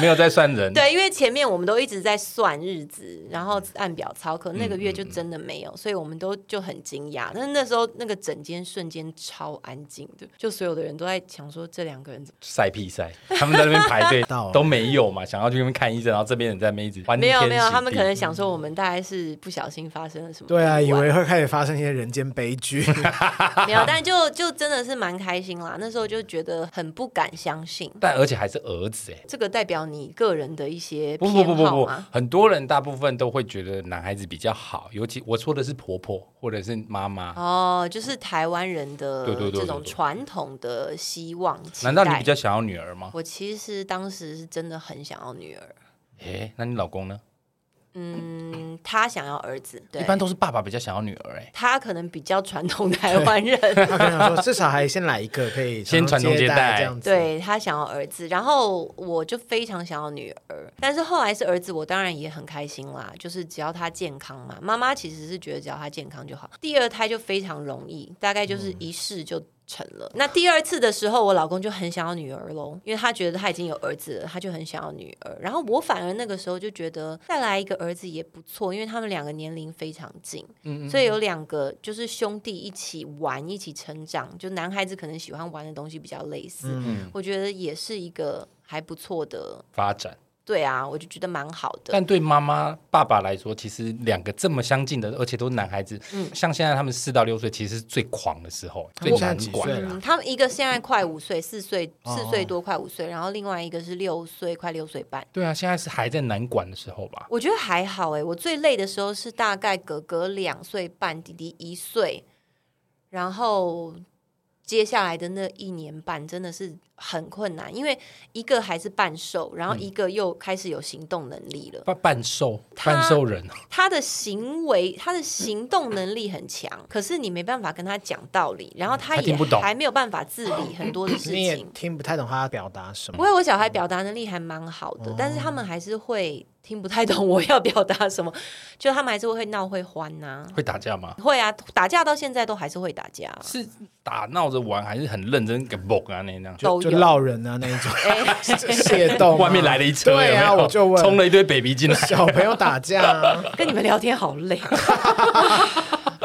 S1: 没有在算人，
S2: 对，因为前面我们都一直在算日子，然后按表操
S3: 嗯
S2: 课，那个月就真的没有，所以我们都就很惊讶。但是那时候那个整间瞬间超安静的，就所有的人都在想说这两个人怎么
S1: 晒屁晒，他们在那边排
S2: *laughs*
S1: 队
S3: 到了
S1: 都没有嘛，想要去那边看医生，然后这边人在那边一直欢
S2: 没有
S1: 天
S2: 没有，
S1: 喜
S2: 他们
S1: 地
S2: 可能想说我们大概是不小心发生了什么意外，
S3: 对啊，以为会开始发生一些人间悲
S1: *laughs*
S3: 剧。
S2: *laughs* 没有，但就就真的是蛮开心啦。那时候就觉得很不敢相信，
S1: 但而且还是儿子哎。
S2: 这个代表你个人的一些
S1: 不
S2: 偏
S1: 不不不
S2: 好啊
S1: 不
S2: 吗？，
S1: 很多人大部分都会觉得男孩子比较好，尤其我说的是婆婆或者是妈妈。
S2: 哦，就是台湾人的
S1: 对对对对
S2: 这种
S1: 对
S2: 传统的希望期待。
S1: 难道你比较想要女儿吗？
S2: 我其实当时是真的很想要女儿，
S1: 诶，那你老公呢？
S2: 嗯，他想要儿子，对
S1: 一，般都是爸爸比较想要女儿哎。
S2: 他可能比较传统台湾人，
S3: 他跟想说，至少还先来一个，可以
S1: 先
S3: 常
S1: 传宗接代
S3: 这样子。，
S2: 对他想要儿子，然后我就非常想要女儿，但是后来是儿子，我当然也很开心啦，就是只要他健康嘛。妈妈其实是觉得只要他健康就好，第二胎就非常容易，大概就是一试就。成了。
S3: 嗯
S2: 那第二次的时候，我老公就很想要女儿喽，因为他觉得他已经有儿子了，他就很想要女儿。然后我反而那个时候就觉得再来一个儿子也不错，因为他们两个年龄非常近，
S3: 嗯
S2: 所以有两个就是兄弟一起玩、一起成长，就男孩子可能喜欢玩的东西比较类似，我觉得也是一个还不错的。
S1: 发展，
S2: 对啊，我就觉得蛮好的。
S1: 但对妈妈、爸爸来说，其实两个这么相近的，而且都是男孩子，
S2: 嗯
S1: 像现在他们四到六岁，其实是最狂的时候，最
S3: 我
S1: 难
S3: 现在几
S1: 管
S3: 岁。了
S2: 嗯，他们一个现在快五岁，四岁四岁多快五岁，然后另外一个是六岁，快六岁半。
S1: 对啊，现在是还在难管的时候吧？
S2: 我觉得还好哎、我最累的时候是大概哥哥两岁半，弟弟一岁，然后接下来的那一年半真的是很困难，因为一个还是半兽，然后一个又开始有行动能力了。
S1: 半半兽
S2: 他
S1: 半兽人，
S2: 他的行为，他的行动能力很强，可是你没办法跟他讲道理，然后他
S1: 嗯他
S2: 也
S1: 听不懂
S2: 还没有办法自理很多的事
S3: 你也
S2: 情。
S3: 听不太懂他表达什
S2: 不
S3: 么。
S2: 过我小孩表达能力还蛮好的，
S1: 哦
S2: 但是他们还是会听不太懂我要表达什么， *laughs* 就他们还是会闹会欢呐、
S1: 会打架吗？
S2: 会啊，打架到现在都还是会打架，
S1: 是打闹着玩，还是很认真给蹦啊那那样？
S2: 都
S3: 就
S2: 有。
S3: 闹人啊那一种
S2: *laughs* 哎，
S3: 械斗
S1: *laughs*
S3: 啊，
S1: 外面来了一车，
S3: 对啊
S1: 有没有
S3: 我就问
S1: 冲了一堆 baby 进来，
S3: 小朋友打架啊，
S2: 跟你们聊天好
S1: *laughs*
S2: 累。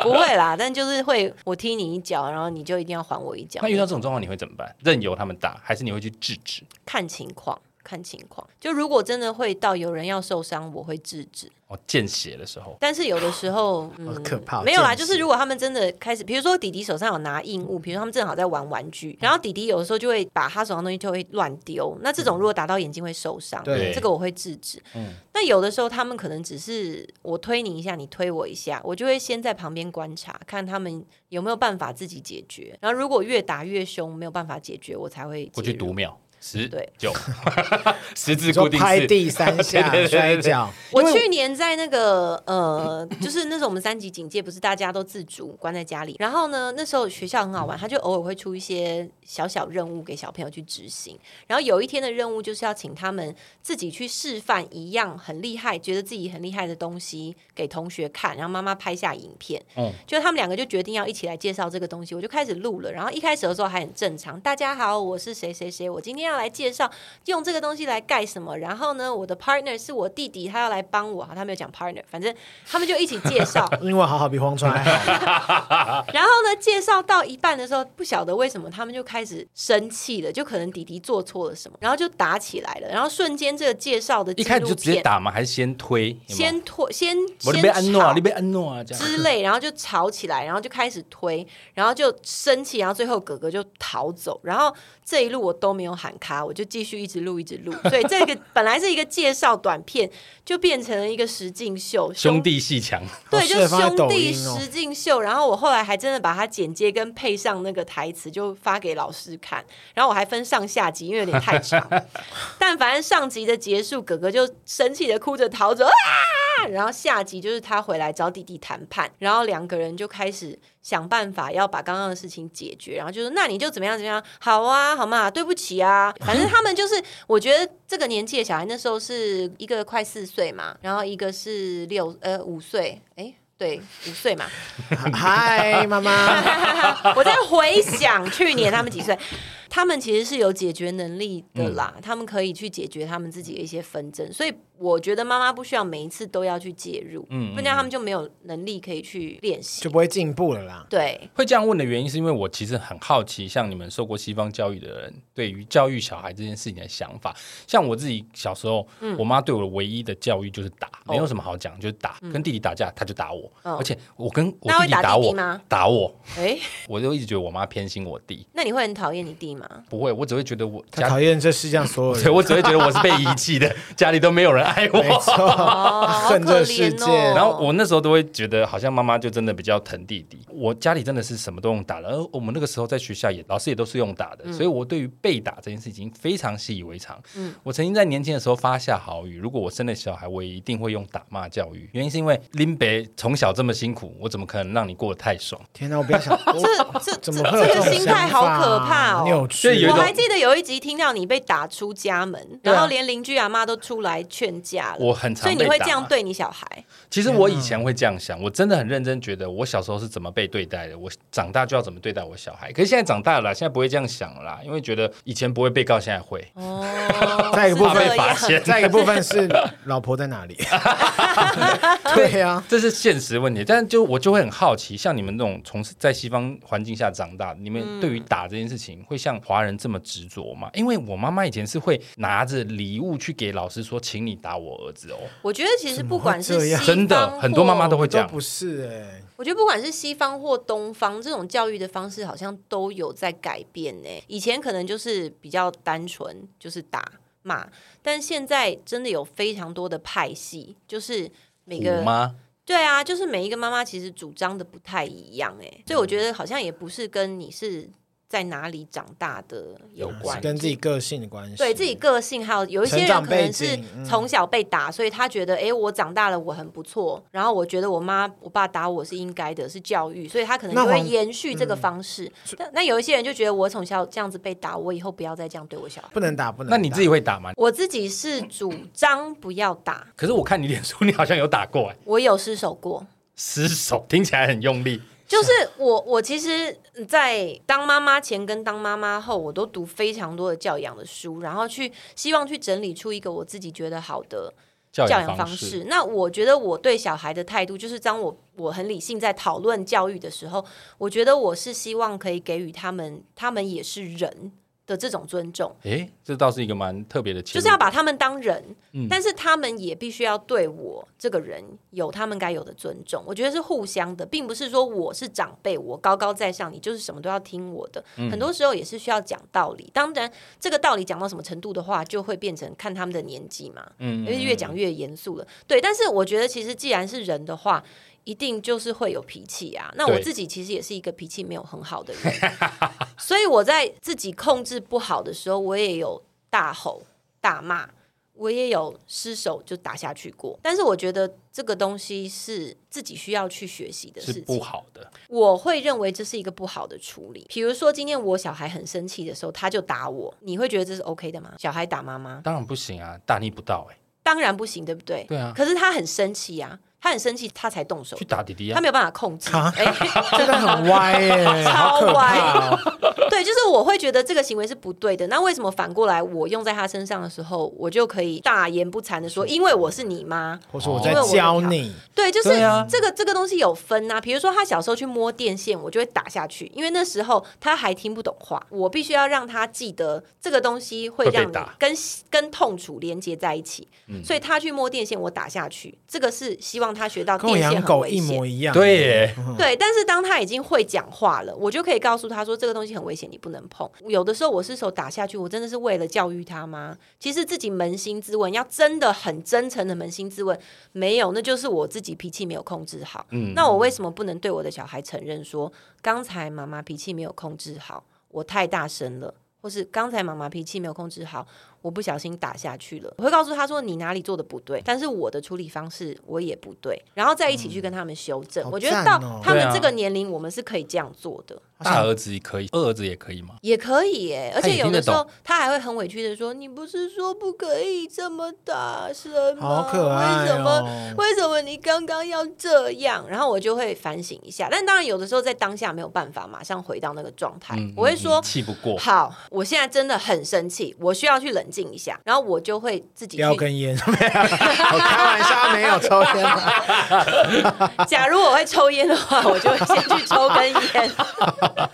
S2: 不会啦，但就是会，我踢你一脚，然后你就一定要还我一脚。
S1: 那遇到这种状况你会怎么办？任由他们打，还是你会去制止？
S2: 看情况，看情况。就如果真的会到有人要受伤，我会制止。
S1: 哦，见血的时候，
S2: 但是有的时候，嗯，
S3: 可怕
S2: 没有啦，
S3: 见
S2: 就是如果他们真的开始，比如说弟弟手上有拿硬物，比如说他们正好在玩玩具，然后弟弟有的时候就会把他手上的东西就会乱丢。那这种如果打到眼睛会受伤，
S3: 对
S2: 这个我会制止。那有的时候他们可能只是我推你一下，你推我一下，我就会先在旁边观察，看他们有没有办法自己解决。然后如果越打越凶，没有办法解决，我才会
S1: 过去
S2: 介入
S1: 读秒十
S2: 对
S1: 九，十字
S3: 就
S1: 固定
S3: 拍
S1: 式。*laughs*
S3: 地三
S1: 对对
S3: 下
S1: 对对
S3: 摔跤。
S2: 我去年在那个呃，就是那时候我们三级警戒，不是大家都自主关在家里。然后呢，那时候学校很好玩，他就偶尔会出一些小小任务给小朋友去执行。然后有一天的任务就是要请他们自己去示范一样很厉害，觉得自己很厉害的东西给同学看，然后妈妈拍下影片。
S1: 嗯
S2: 就他们两个就决定要一起来介绍这个东西，我就开始录了。然后一开始的时候还很正常，大家好，我是谁谁谁，我今天要来介绍用这个东西来盖什么。然后呢，我的 partner 是我弟弟，他要来帮我，好他没有讲 partner，反正他们就一起介
S1: *laughs*
S2: 绍。
S3: 英文好好比黄川还好，
S2: 然后呢，介绍到一半的时候，不晓得为什么他们就开始生气了，就可能弟弟做错了什么，然后就打起来了。然后瞬间这个介绍的
S1: 一
S2: 纪
S1: 开始
S2: 录
S1: 就直接
S2: 片，
S1: 打吗？还是先推？有没有
S2: 先拖先
S1: 我
S2: 先
S1: 你被安诺啊，
S2: 吵
S1: 你被安诺啊，这样。
S2: 之类，然后就吵起来，然后就开始推，然后就生气，然后最后哥哥就逃走，然后这一路我都没有喊卡，我就继续一直录一直录，所以这个本来是一个介绍短片，就变成了一个实境秀，
S1: 兄弟戏强，
S2: 对，
S3: 好适
S2: 就
S3: 合
S2: 是
S3: 放在
S2: 兄
S3: 抖
S2: 弟
S3: 音哦
S2: 实境秀。然后我后来还真的把它剪接跟配上那个台词，就发给老师看。然后我还分上下集，因为有点太长。但反正上集的结束，哥哥就生气的哭着逃走啊。然后下集就是他回来找弟弟谈判，然后两个人就开始想办法要把刚刚的事情解决。然后就说那你就怎么样怎么样，好啊，好嘛，对不起啊。反正他们就是，我觉得这个年纪的小孩那时候是一个快四岁嘛，然后一个是六呃五岁，哎。对，五岁嘛，
S3: 嗨妈
S2: *laughs*
S3: 妈，
S2: 我在回想去年他们几岁，他们其实是有解决能力的啦，
S1: 嗯
S2: 他们可以去解决他们自己的一些纷争，所以我觉得妈妈不需要每一次都要去介入，
S1: 嗯嗯
S2: 不然他们就没有能力可以去练习
S3: 就。不会进步了啦。
S2: 对，
S1: 会这样问的原因，是因为我其实很好奇，像你们受过西方教育的人，对于教育小孩这件事情的想法。像我自己小时候，
S2: 嗯
S1: 我妈对我的唯一的教育就是打，
S2: 哦
S1: 没有什么好讲，就是打。跟弟弟打架，她就打我，
S2: 嗯
S1: 而且我跟我
S2: 那
S1: 弟
S2: 会
S1: 弟
S2: 打
S1: 打
S2: 弟弟
S1: 我，
S2: 吗
S1: 打我，
S2: 哎，
S1: 我就一直觉得我妈偏心我弟。
S2: 那你会很讨厌你
S1: *laughs*
S2: 弟吗？
S1: 不会，我只会觉得我
S3: 他
S1: 家， *laughs*
S3: 讨厌这世界上所有
S1: 对
S3: 人，
S1: 我只会觉得我是被遗弃的， *laughs* 家里都没有人爱
S3: 没
S1: 我。
S3: 错，
S2: 哦，好
S3: 恨
S2: 可
S3: 这世
S2: 怜
S3: 界
S2: 哦。
S1: 然后我那时候都会觉得，好像妈妈就真的比较疼弟弟。我家里真的是什么都用打的，而我们那个时候在学校也老师也都是用打
S2: 嗯
S1: 的，所以我对于被打这件事情非常习以为常。我曾经在年轻的时候发下豪语，如果我生了小孩，我也一定会用打骂教育。原因是因为林北从小这么辛苦，我怎么可能让你过得太爽？
S3: 天哪，我不要想，我
S2: 这这这
S3: 怎么会有
S2: 这个
S3: 种
S2: 心态
S3: 想
S2: 好
S3: 法
S2: 可怕
S3: 啊
S2: 哦！
S3: 扭
S1: 所以有
S3: 曲
S1: 一
S2: 我
S1: 种
S2: 还记得有一集听到你被打出家门，
S1: 对啊
S2: 然后连邻居阿妈都出来劝架了。
S1: 我很常
S2: 啊所以你
S1: 被
S2: 会
S1: 打
S2: 这样对你小孩？
S1: 其实我以前会这样想，我真的很认真觉得我小时候是怎么被对待的，我长大就要怎么对待我小孩。可是现在长大了啦，现在不会这样想了啦，因为觉得以前不会被告，现在会。
S2: 哦
S3: 再一个部
S1: 怕
S3: 分
S1: 被发现，
S3: 再一个部分是老婆在哪里？对啊呀，
S1: *laughs* 这是现实问题。但就我就会很好奇，像你们这种从事在西方环境下长大的，你们对于
S2: 嗯
S1: 打这件事情，会像华人这么执着吗？因为我妈妈以前是会拿着礼物去给老师说，请你打我儿子哦，
S2: 我觉得其实不管是
S3: 怎么会
S2: 西
S3: 这
S2: 方
S3: 样
S2: 或
S1: 真的很多妈啊妈都会这
S3: 都
S1: 样。
S3: 不是哎，
S2: 我觉得不管是西方或东方，这种教育的方式好像都有在改变呢。以前可能就是比较单纯，就是打骂，但现在真的有非常多的派系，就是每个
S1: 虎妈，
S2: 对啊，欸就是每一个妈妈其实主张的不太一样哎，所以我觉得好像也不是跟你是在哪里长大的有
S1: 嗯
S2: 关，
S3: 跟自己个性的关系，
S2: 对自己个性，还有有一些
S3: 成
S2: 人
S3: 长
S2: 可能
S3: 背
S2: 是
S3: 景嗯
S2: 从小被打，所以他觉得，哎、我长大了，我很不错，然后我觉得我妈我爸打我是应该的，是教育，所以他可能
S3: 那
S2: 就会
S3: 黄嗯
S2: 延续这个方式。但那有一些人就觉得，我从小这样子被打，我以后不要再这样对我小孩。
S3: 不能打，不能打。
S1: 那你自己会打吗？
S2: 我自己是主张不要打，
S1: 可是我看你脸书，你好像有打过哎，
S2: 我有失手过。
S1: 失手听起来很用力。
S2: 就是
S3: 啊
S2: 我，我其实，在当妈妈前跟当妈妈后，我都读非常多的教养的书，然后去希望去整理出一个我自己觉得好的
S1: 教
S2: 教
S1: 养
S2: 养
S1: 方
S2: 方
S1: 式
S2: 式。那我觉得我对小孩的态度，就是当我我很理性在讨论教育的时候，我觉得我是希望可以给予他们，他们也是人的这种尊重。
S1: 诶，这倒是一个蛮特别的切
S2: 就
S1: 入，
S2: 是要把他们当人，
S1: 嗯
S2: 但是他们也必须要对我这个人有他们该有的尊重。我觉得是互相的，并不是说我是长辈，我高高在上，你就是什么都要听我的。
S1: 嗯
S2: 很多时候也是需要讲道理。当然，这个道理讲到什么程度的话，就会变成看他们的年纪嘛，
S1: 嗯
S2: 因为越讲越严肃了。对，但是我觉得其实既然是人的话。一定就是会有脾气啊！那我
S1: 对
S2: 自己其实也是一个脾气没有很好的
S1: *laughs*
S2: 人，所以我在自己控制不好的时候，我也有大吼大骂，我也有失手就打下去过。但是我觉得这个东西是自己需要去学习的
S1: 是
S2: 事
S1: 不
S2: 情。
S1: 好的。
S2: 我会认为这是一个不好的处理。比如说，今天我小孩很生气的时候，他就打我，你会觉得这是 OK 的吗？小孩打妈妈，
S1: 当然不行啊，大逆不道哎、
S2: 当然不行，对不对？
S1: 对啊
S2: 可是他很生气呀、他很生气，他才动手
S1: 去，打弟弟
S2: 他
S1: 啊，
S2: 没有办法控制。
S3: 啊
S2: 哎 *laughs*
S3: 真的很歪耶，好可怕哦
S2: 对，就是我会觉得这个行为是不对的。那为什么反过来我用在他身上的时候，我就可以大言不惭的说，因为我是你妈？
S3: *laughs* 或是我在教你，
S2: 对，就是
S1: 对啊
S2: 这个、这个东西有分呐、比如说他小时候去摸电线，我就会打下去，因为那时候他还听不懂话，我必须要让他记得这个东西会
S1: 会被
S2: 让你
S1: 打
S2: 跟跟痛楚连接在一起。
S3: 嗯
S2: 所以他去摸电线，我打下去，这个是希望他学到
S3: 跟我
S2: 电
S3: 养
S2: 线很
S3: 狗
S2: 危
S3: 一
S2: 险。
S3: 模一样。
S1: 对耶，
S2: 对，但是当他已经会讲话了，我就可以告诉他说这个东西很危险，你不能碰。有的时候我是手打下去，我真的是为了教育他吗？其实自己扪心自问，要真的很真诚的扪心自问，没有，那就是我自己脾气没有控制好。
S1: 嗯
S2: 那我为什么不能对我的小孩承认说，刚才妈妈脾气没有控制好，我太大声了？或是刚才妈妈脾气没有控制好，我不小心打下去了。我会告诉他说你哪里做的不对，但是我的处理方式我也不对，然后再一起去跟他们修正。
S3: 好
S2: 我觉得
S3: 赞
S2: 到
S3: 哦
S2: 他们
S1: 对啊
S2: 这个年龄，我们是可以这样做的，
S1: 大儿子也可以，二儿子也可以吗？
S2: 也可以耶。而
S1: 他也
S2: 且有
S1: 听得
S2: 的时候他还会很委屈的说：“你不是说不可以这么打是吗？
S3: 好可爱
S2: 为什哎么
S3: 哦！
S2: 为什么你刚刚要这样？然后我就会反省一下，但当然有的时候在当下没有办法马上回到那个状态，
S1: 嗯，
S2: 我会
S1: 嗯
S2: 说
S1: 嗯。气不
S2: *laughs*
S1: 过，
S2: 好，我现在真的很生气，我需要去冷静一下，然后我就会自己
S3: 不要
S2: 去。
S1: *laughs*
S3: 跟烟， *laughs* 没有我开玩笑，没有抽烟啊。
S2: 假如我会抽烟的话，我就会先去抽根烟。 *laughs*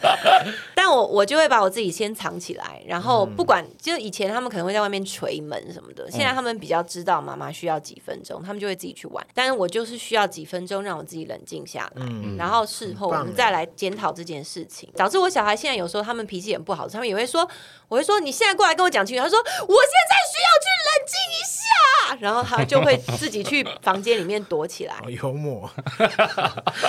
S2: 但我我就会把我自己先藏起来，然后
S3: 嗯
S2: 不管，就以前他们可能会在外面捶门什么的，现在他们比较知道妈妈需要几分钟，他们就会自己去玩。但是我就是需要几分钟让我自己冷静下来，然后事后
S3: 嗯很
S2: 我
S3: 棒欸
S2: 们再来检讨这件事情。导致我小孩现在有时候他们脾气很不好，他们也会说，我会说你现在过来跟我讲清楚。他说我现在需要去冷静一下，然后他就会自己去房间里面躲起来。
S3: 好
S4: *laughs*
S3: 幽默，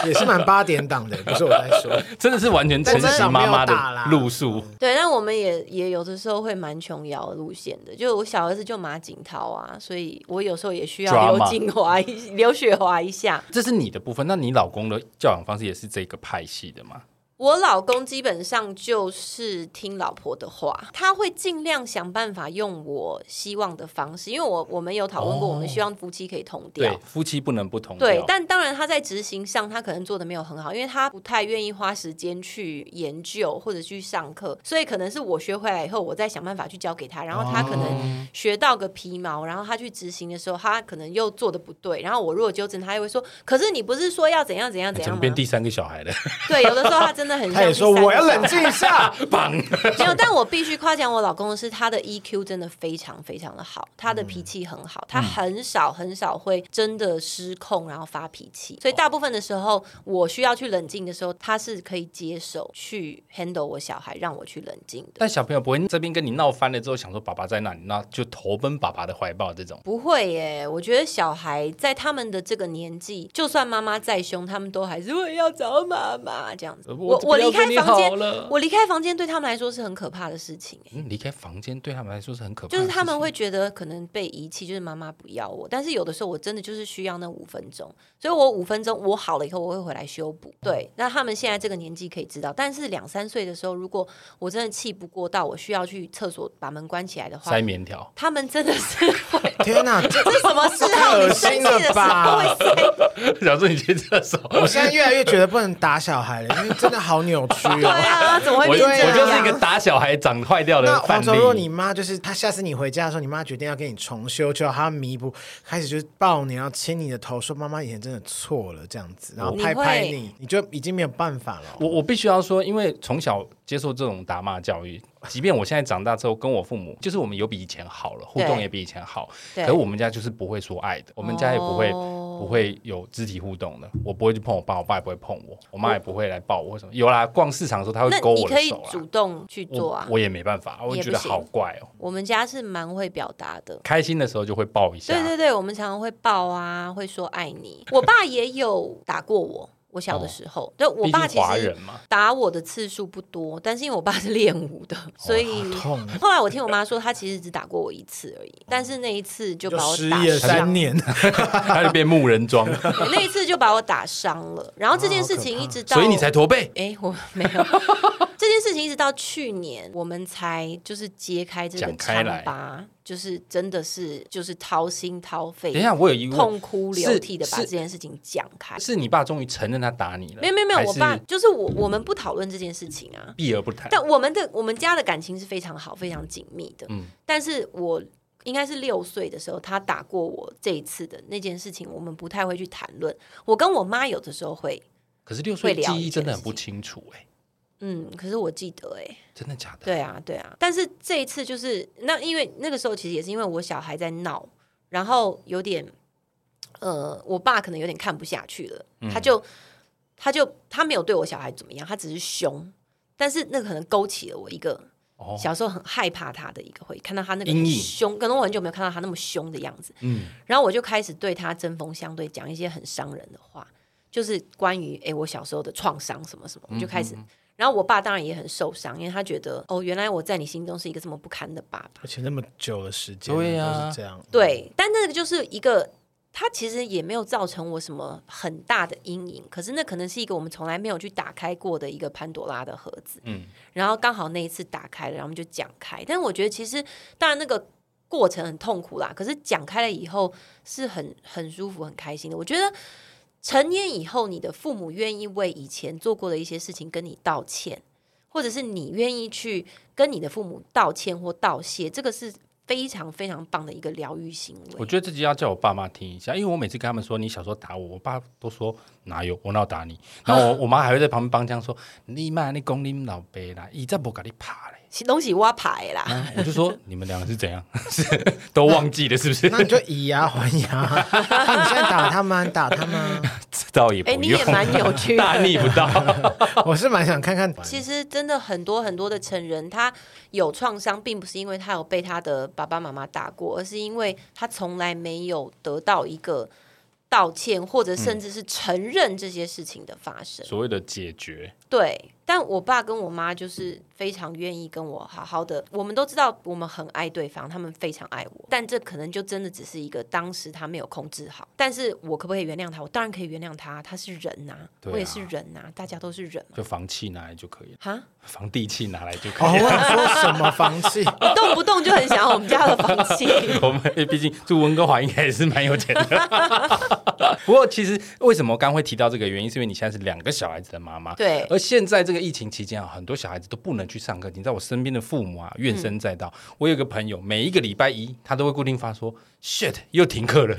S3: 也是蛮八点档的，不是我在
S2: *laughs*
S3: 说。
S1: 真的是完全承
S3: 但至
S1: 袭
S3: 少没
S1: 妈
S3: 有
S1: 妈
S3: 打啦
S1: 的路数。
S2: 对，但我们也也有的时候会蛮琼瑶路线的，就我小儿子就马景涛啊，所以我有时候也需要
S1: Drama
S2: 刘景华一、 *laughs* 刘雪华一下。
S1: 这是你的部分，那你老公的教养方式也是这个派系的吗？
S2: 我老公基本上就是听老婆的话，他会尽量想办法用我希望的方式，因为我我们有讨论过，我们希望夫妻可以同调。
S1: 对，夫妻不能不同
S2: 对
S1: 调，
S2: 但当然他在执行上，他可能做的没有很好，因为他不太愿意花时间去研究或者去上课，所以可能是我学回来以后，我再想办法去教给他，然后他可能学到个皮毛，然后他去执行的时候，他可能又做的不对，然后我如果纠正他，他又会说，可是你不是说要怎样怎样怎
S1: 怎
S2: 样
S1: 么
S2: 吗
S1: 变？第三个小孩了？ *laughs*
S2: 对，有的时候他真的很
S3: *laughs* 他
S2: 像
S3: 也说
S2: 第三
S3: 我要
S2: 个小
S3: 冷
S2: 孩
S3: 静一
S2: *laughs*
S3: 下，
S1: 棒，
S2: 没有，但我必须夸奖我老公的是，他的 EQ 真的非常非常的好，他的脾气很
S1: 嗯
S2: 好，他很少很少会真的失控然后发脾气，所以大部分的时候我需要去冷静的时候，他是可以接手去 handle 我小孩，让我去冷静的。
S1: 但小朋友不会这边跟你闹翻了之后，想说爸爸在那里，那就投奔爸爸的怀抱这种。
S2: 不会耶，我觉得小孩在他们的这个年纪，就算妈妈再凶，他们都还是会要找妈妈这样子。
S1: 呃
S2: 我我我离开
S1: 不要跟你
S2: 房间
S1: 好了，
S2: 我离开房间对他们来说是很可怕的事情、欸
S1: 嗯离开房间对他们来说是很可怕的
S2: 就
S1: 事情，
S2: 是他们会觉得可能被遗弃，就是妈妈不要我。但是有的时候我真的就是需要那五分钟，所以我五分钟我好了以后我会回来修补。对，那他们现在这个年纪可以知道，但是两三岁的时候，如果我真的气不过到我需要去厕所把门关起来的话
S1: 塞，棉条。 *laughs*
S2: 他们真的是会。
S4: 天哪，这
S2: 这是什么嗜好？你生气的
S1: *laughs*
S2: 时候会塞
S1: 假如说你去厕所，
S4: 我
S1: 我
S4: 现在越来越觉得不能打小孩了，因为真的好扭曲
S2: *laughs* 对
S4: 哦。
S2: 啊，怎么会
S1: 我
S2: 变这样？
S1: 就是一个打小孩长坏掉
S4: 那
S1: 的范
S4: 黄总，如果你
S1: 例。
S4: 妈就是她，下次你回家的时候，你妈决定要跟你重修，就要她弥补，开始就是抱你，然后亲你的头，说妈妈以前真的错了这样子，然后
S2: 你
S4: 拍拍
S2: 会
S4: 你，你就已经没有办法了。
S1: 我我必须要说，因为从小接受这种打骂教育，即便我现在长大之后跟我父母，就是我们有比以前好了，互动
S2: 对
S1: 也比以前好，
S2: 对
S1: 可是我们家就是不会说爱的，我们家也不会、
S2: 哦
S1: 不会有肢体互动的，我不会去碰我爸，我爸也不会碰我，我妈也不会来抱我或什么。有啦，逛市场的时候他
S2: 那
S1: 会勾
S2: 你
S1: 我
S2: 可
S1: 的
S2: 以
S1: 手
S2: 主
S1: 啦，
S2: 动去做
S1: 我
S2: 啊。
S1: 我也没办法，我
S2: 也
S1: 就觉
S2: 不
S1: 得
S2: 行
S1: 好怪哦、
S2: 我们家是蛮会表达的。
S1: 开心的时候就会抱一下，
S2: 对对对，我们常常会抱啊，会说爱你。我爸也有打过我，我小的时候，对我
S1: 哦毕
S2: 爸
S1: 竟
S2: 其
S1: 华
S2: 实
S1: 人嘛，
S2: 打我的次数不多，但是因为我爸是练武的，所以
S4: 痛
S1: 啊
S2: 后来我听我妈说，她其实只打过我一次而已，
S1: 哦
S2: 但是那一次就
S4: 就
S2: 把我
S4: 失
S2: 打
S4: 业
S2: 伤
S4: 三年， *laughs*
S1: 他就变牧人装，
S2: 那一次就把我打伤了。然后这
S1: 啊
S2: 件事情一直到，
S1: 所以你才驼背。
S2: 哎，我没有这件事情，一直到去年我们才就是揭开这个
S1: 讲开来
S2: 疮疤，就是真的是就是掏心掏肺，
S1: 等一下，我有疑问，
S2: 痛哭流涕的把
S1: 是
S2: 这
S1: 是
S2: 件事情讲开。
S1: 是你爸终于承认他打你了？
S2: 没有没有没有，
S1: 还
S2: 我
S1: 是
S2: 爸就是我，我们不讨论这件事情啊。
S1: 避而不谈。
S2: 但我们的我们家的感情是非常好、非常紧密的。
S1: 嗯
S2: 但是我应该是六岁的时候，他打过我这一次的那件事情，我们不太会去谈论。我跟我妈有的时候会，
S1: 可是六岁
S2: 会聊
S1: 记
S2: 以
S1: 忆
S2: 前
S1: 真
S2: 的
S1: 的
S2: 事
S1: 很
S2: 情
S1: 不清楚哎、
S2: 嗯，可是我记得哎、
S1: 真的假的？
S2: 对啊，对啊。但是这一次就是那，因为那个时候其实也是因为我小孩在闹，然后有点，呃，我爸可能有点看不下去了，
S1: 嗯
S2: 他就他就他没有对我小孩怎么样，他只是凶，但是那可能勾起了我一个。
S1: 哦
S2: 小时候很害怕他的一个回忆，看到他那个
S1: 阴影
S2: 凶，可能我很久没有看到他那么凶的样子，
S1: 嗯，
S2: 然后我就开始对他针锋相对，讲一些很伤人的话，就是关于诶我小时候的创伤什么什么，我
S1: 嗯
S2: 就开始。然后我爸当然也很受伤，因为他觉得哦，原来我在你心中是一个这么不堪的爸爸。
S4: 而且那么久的时间，
S1: 对呀
S4: 都是这样。
S2: 对，啊但那个就是一个，他其实也没有造成我什么很大的阴影，可是那可能是一个我们从来没有去打开过的一个潘朵拉的盒子。
S1: 嗯
S2: 然后刚好那一次打开了，然后我们就讲开。但是我觉得其实当然那个过程很痛苦啦，可是讲开了以后是很很舒服、很开心的。我觉得成年以后，你的父母愿意为以前做过的一些事情跟你道歉，或者是你愿意去跟你的父母道歉或道谢，这个是非常非常棒的一个疗愈行
S1: 我
S2: 为。
S1: 觉得自己要叫我爸妈听一下，因为我每次跟他们说你小时候打我，我爸都说哪有我哪有打你，然
S2: *laughs*
S1: 后我我妈还会在旁边帮腔说你妈你讲你老爸啦，伊再不给你怕嘞，
S2: 东西挖牌啦，
S1: 啊我就说你们两个是怎样， *laughs* 是都忘记了是不
S3: *laughs*
S1: 是？
S4: 那你就以牙还
S3: 啊
S4: 牙，那你现在打他们，打他
S1: *laughs*
S4: 们，
S1: *laughs* 这倒也不
S2: 哎、
S1: 用，
S2: 你也蛮有趣的，
S1: *laughs* 大逆不道。
S4: 我是蛮想看看。
S2: 其实真的很多很多的成人，他有创伤，并不是因为他有被他的爸爸妈妈打过，而是因为他从来没有得到一个道歉，或者甚至是承认这些事情的发生。
S1: 所谓的解决，
S2: 对，但我爸跟我妈就是非常愿意跟我好好的。我们都知道我们很爱对方，他们非常爱我，但这可能就真的只是一个当时他没有控制好。但是我可不可以原谅他？我当然可以原谅他，他是人呐、
S1: 对啊
S2: 我也是人呐、大家都是人嘛。
S1: 就房契拿来就可以了，
S2: 哈，
S1: 房地契拿来就可
S4: 哦，
S1: 以
S4: 我
S1: 了。
S4: 想说什么房
S1: *laughs*
S4: 契？
S2: 你动不动就很想要我们家的房 *laughs* 契。
S1: 我们毕竟住温哥华应该也是蛮有钱的。 *laughs* 不过其实为什么刚会提到这个原因，是因为你现在是两个小孩子的妈妈。
S2: 对
S1: 而现在这个疫情期间啊，很多小孩子都不能去上课。你知道我身边的父母啊，怨
S2: 嗯
S1: 声载道。我有一个朋友，每一个礼拜一他都会固定发说：“shit，又停课
S2: *laughs*
S1: 了，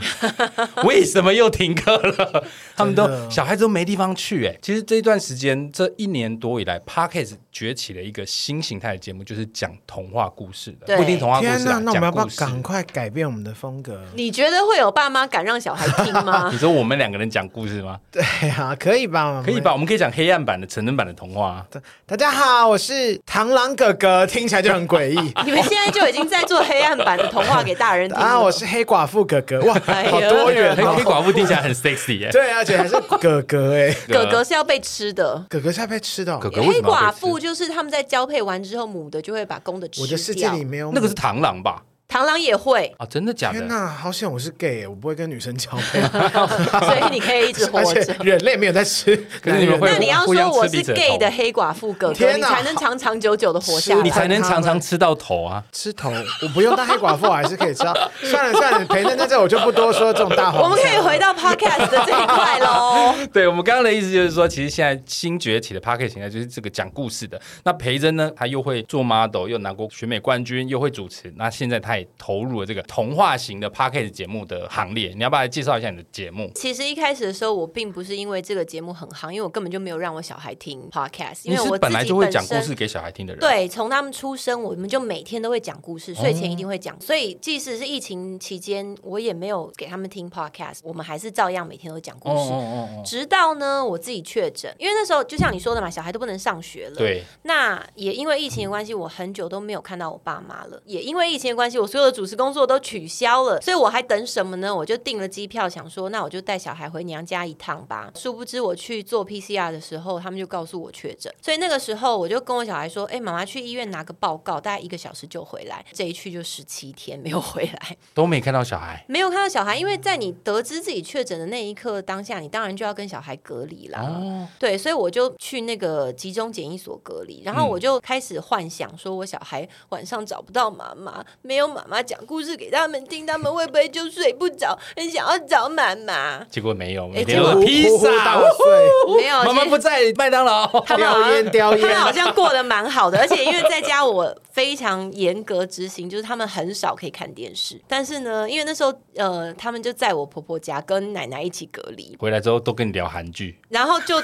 S1: 为什么又停课了？”他们都小孩子都没地方去哎、其实这一段时间，这一年多以来 p a r k a s 崛起了一个新形态的节目，就是讲童话故事的，
S2: 对
S1: 不一定童话故事
S4: 天
S1: 啊，
S4: 那我们要
S1: 讲
S4: 不要
S1: 故事。 *laughs*
S4: 赶快改变我们的风格？
S2: 你觉得会有爸妈敢让小孩听吗？ *laughs*
S1: 你说我们两个人讲故事吗？
S3: 对啊，可以吧？我们
S1: 可以吧？？我们可以讲黑暗版的、成人版的童话啊。
S3: 大家好，我是螳螂哥哥，听起来就很
S1: *laughs*
S3: 诡异
S2: 你们现在就已经在做黑暗版的童话给大人听了。
S3: 啊！我是黑寡妇哥
S1: *laughs*
S3: 哥，哇，
S2: 哎呀
S3: 好多元
S1: 黑黑
S3: 哦。
S1: 寡妇听起来很 sexy 耶。
S3: 对，而且还是哥哥哎，
S2: 哥哥是要被吃的。
S3: 哥哥是要被吃的哦。
S1: 哥哥为
S2: 黑
S1: 什么
S2: 寡
S1: 要被吃
S2: 妇就是他们在交配完之后，母的就会把公的吃掉。
S3: 我的世界里没有
S1: 那个是螳螂吧？
S2: 螳螂
S1: *laughs*
S2: 也会，
S1: 啊，真的假
S3: 天
S1: 的？
S3: 哪，好险我是 gay，我不会跟女生交
S1: *laughs*
S3: 配，
S2: 所以你可以一直活
S3: 而且
S2: 着。
S3: 人类没有在吃男人。
S1: 可是你们会
S2: 那你要
S1: 互相
S2: 说我
S1: 吃
S2: 是
S1: 彼此的
S2: gay 的
S1: 头
S2: 黑寡妇哥哥，
S3: 天
S2: 你
S3: 哪
S2: 才能长长久久的活下
S1: 你
S2: 来。
S1: 才能常常吃到头啊。
S3: 吃头，我不用当黑寡妇，我还是可以吃到。 *laughs* 算了算了，陪嫩在这我就不多说这种大话。
S2: 我们可以回到 podcast 的这一块喽。
S1: 对我们刚刚的意思就是说，其实现在新崛起的 p a r k e t 形态就是这个讲故事的。那培珍呢，他又会做 model，又拿过选美冠军，又会主持。那现在他也投入了这个童话型的 p a r k e t 节目的行列。你要不要来介绍一下你的节目？
S2: *laughs* 其实一开始的时候，我并不是因为这个节目很夯，因为我根本就没有让我小孩听 podcast，因
S1: 你
S2: 为
S1: 是
S2: 我
S1: 本
S2: 自
S1: 来
S2: 己
S1: 就会
S2: 本
S1: 讲故
S2: 身
S1: 事给小孩听的人，，
S2: 对，从他们出生，我们就每天都会讲故事，睡
S1: 哦
S2: 前一定会讲。所以即使是疫情期间，我也没有给他们听 podcast，我们还是照样每天都讲故
S1: 哦
S2: 事。
S1: 哦哦哦，
S2: 直到呢，我自己确诊，因为那时候就像你说的嘛，小孩都不能上学了。，
S1: 对，
S2: 那也因为疫情的关系，我很久都没有看到我爸妈了。也因为疫情的关系，我所有的主持工作都取消了，所以我还等什么呢？我就订了机票，想说那我就带小孩回娘家一趟吧。殊不知我去做 PCR 的时候，他们就告诉我确诊，所以那个时候我就跟我小孩说：“哎、妈妈去医院拿个报告，大概一个小时就回来。”这一去就十七天没有回来。 *laughs*
S1: 都没看到小孩。
S2: 没有看到小孩，因为在你得知自己确诊的那一刻当下，你当然就要跟小孩隔离啦。
S1: 哦
S2: 对，所以我就去那个集中检疫所隔离，然后
S1: 嗯
S2: 我就开始幻想，说我小孩晚上找不到妈妈，没有妈妈讲故事给他们听，他们会不会就睡不着，很想要找妈妈？
S1: 结果没有，每
S2: 哎
S1: 天
S2: 结果
S1: 都是披
S3: 呼呼
S1: 萨
S3: 大，睡，
S2: 没有，
S1: 妈妈
S2: 其
S1: 不啊
S2: 实
S1: 在麦当劳。
S2: 他们好
S3: 叼
S2: 像
S3: 烟叼
S2: 他们
S3: 烟。
S2: 好像过得蛮好的，而且因为在家我非常严格执行，就是他们很少可以看电视。但是呢，因为那时候呃，他们就在我婆婆家跟奶奶一起隔离，
S1: 回来之后都跟你聊韩剧，
S2: 然后就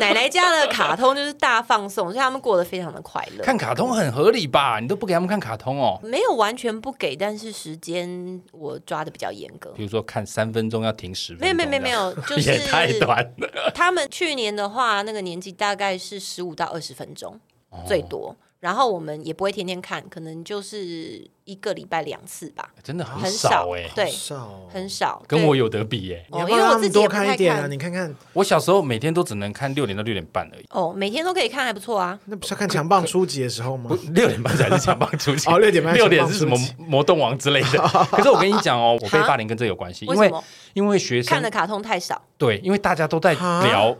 S2: 奶奶家的卡通就是大放送，所以他们过得非常的快乐。
S1: 看卡通很合理吧？你都不给他们看卡通哦。
S2: 没有完全不给，但是时间我抓的比较严格
S1: 比。如说看三分钟要停十分
S2: 没有
S1: 钟，
S2: 没有没有没有，
S1: *laughs*
S2: 就是
S1: 也太短了。
S2: 他们去年的话，那个年纪大概是十五到二十分钟
S1: 哦
S2: 最多。然后我们也不会天天看，可能就是一个礼拜两次吧，
S1: 真的
S2: 很
S1: 少哎、
S2: 对，
S3: 少哦，
S2: 很少。
S1: 跟
S2: 对
S1: 我有得比耶、
S3: 你
S2: 哦，
S3: 要不
S2: 因为
S3: 要
S2: 我
S3: 让他
S2: 自
S3: 们
S2: 己也不
S3: 多看
S2: 太
S3: 一点啊！
S2: 看。
S3: 你看看，
S1: 我小时候每天都只能看六点到六点半而已，
S2: 哦，每天都可以看，还不错啊。
S3: 那不是要看强棒初级的时候吗
S1: 不？六点半才是强棒出 *laughs* 击。
S3: 哦6点半是
S1: 六
S3: 强棒出击
S1: 点是什么魔动王之类的。 *laughs* 可是我跟你讲哦，我被霸凌跟这有关系，因
S2: 为什
S1: 为
S2: 么
S1: 因为学
S2: 看的
S1: 生
S2: 卡通太少？
S1: 对，因为大家都在
S3: 哈
S1: 聊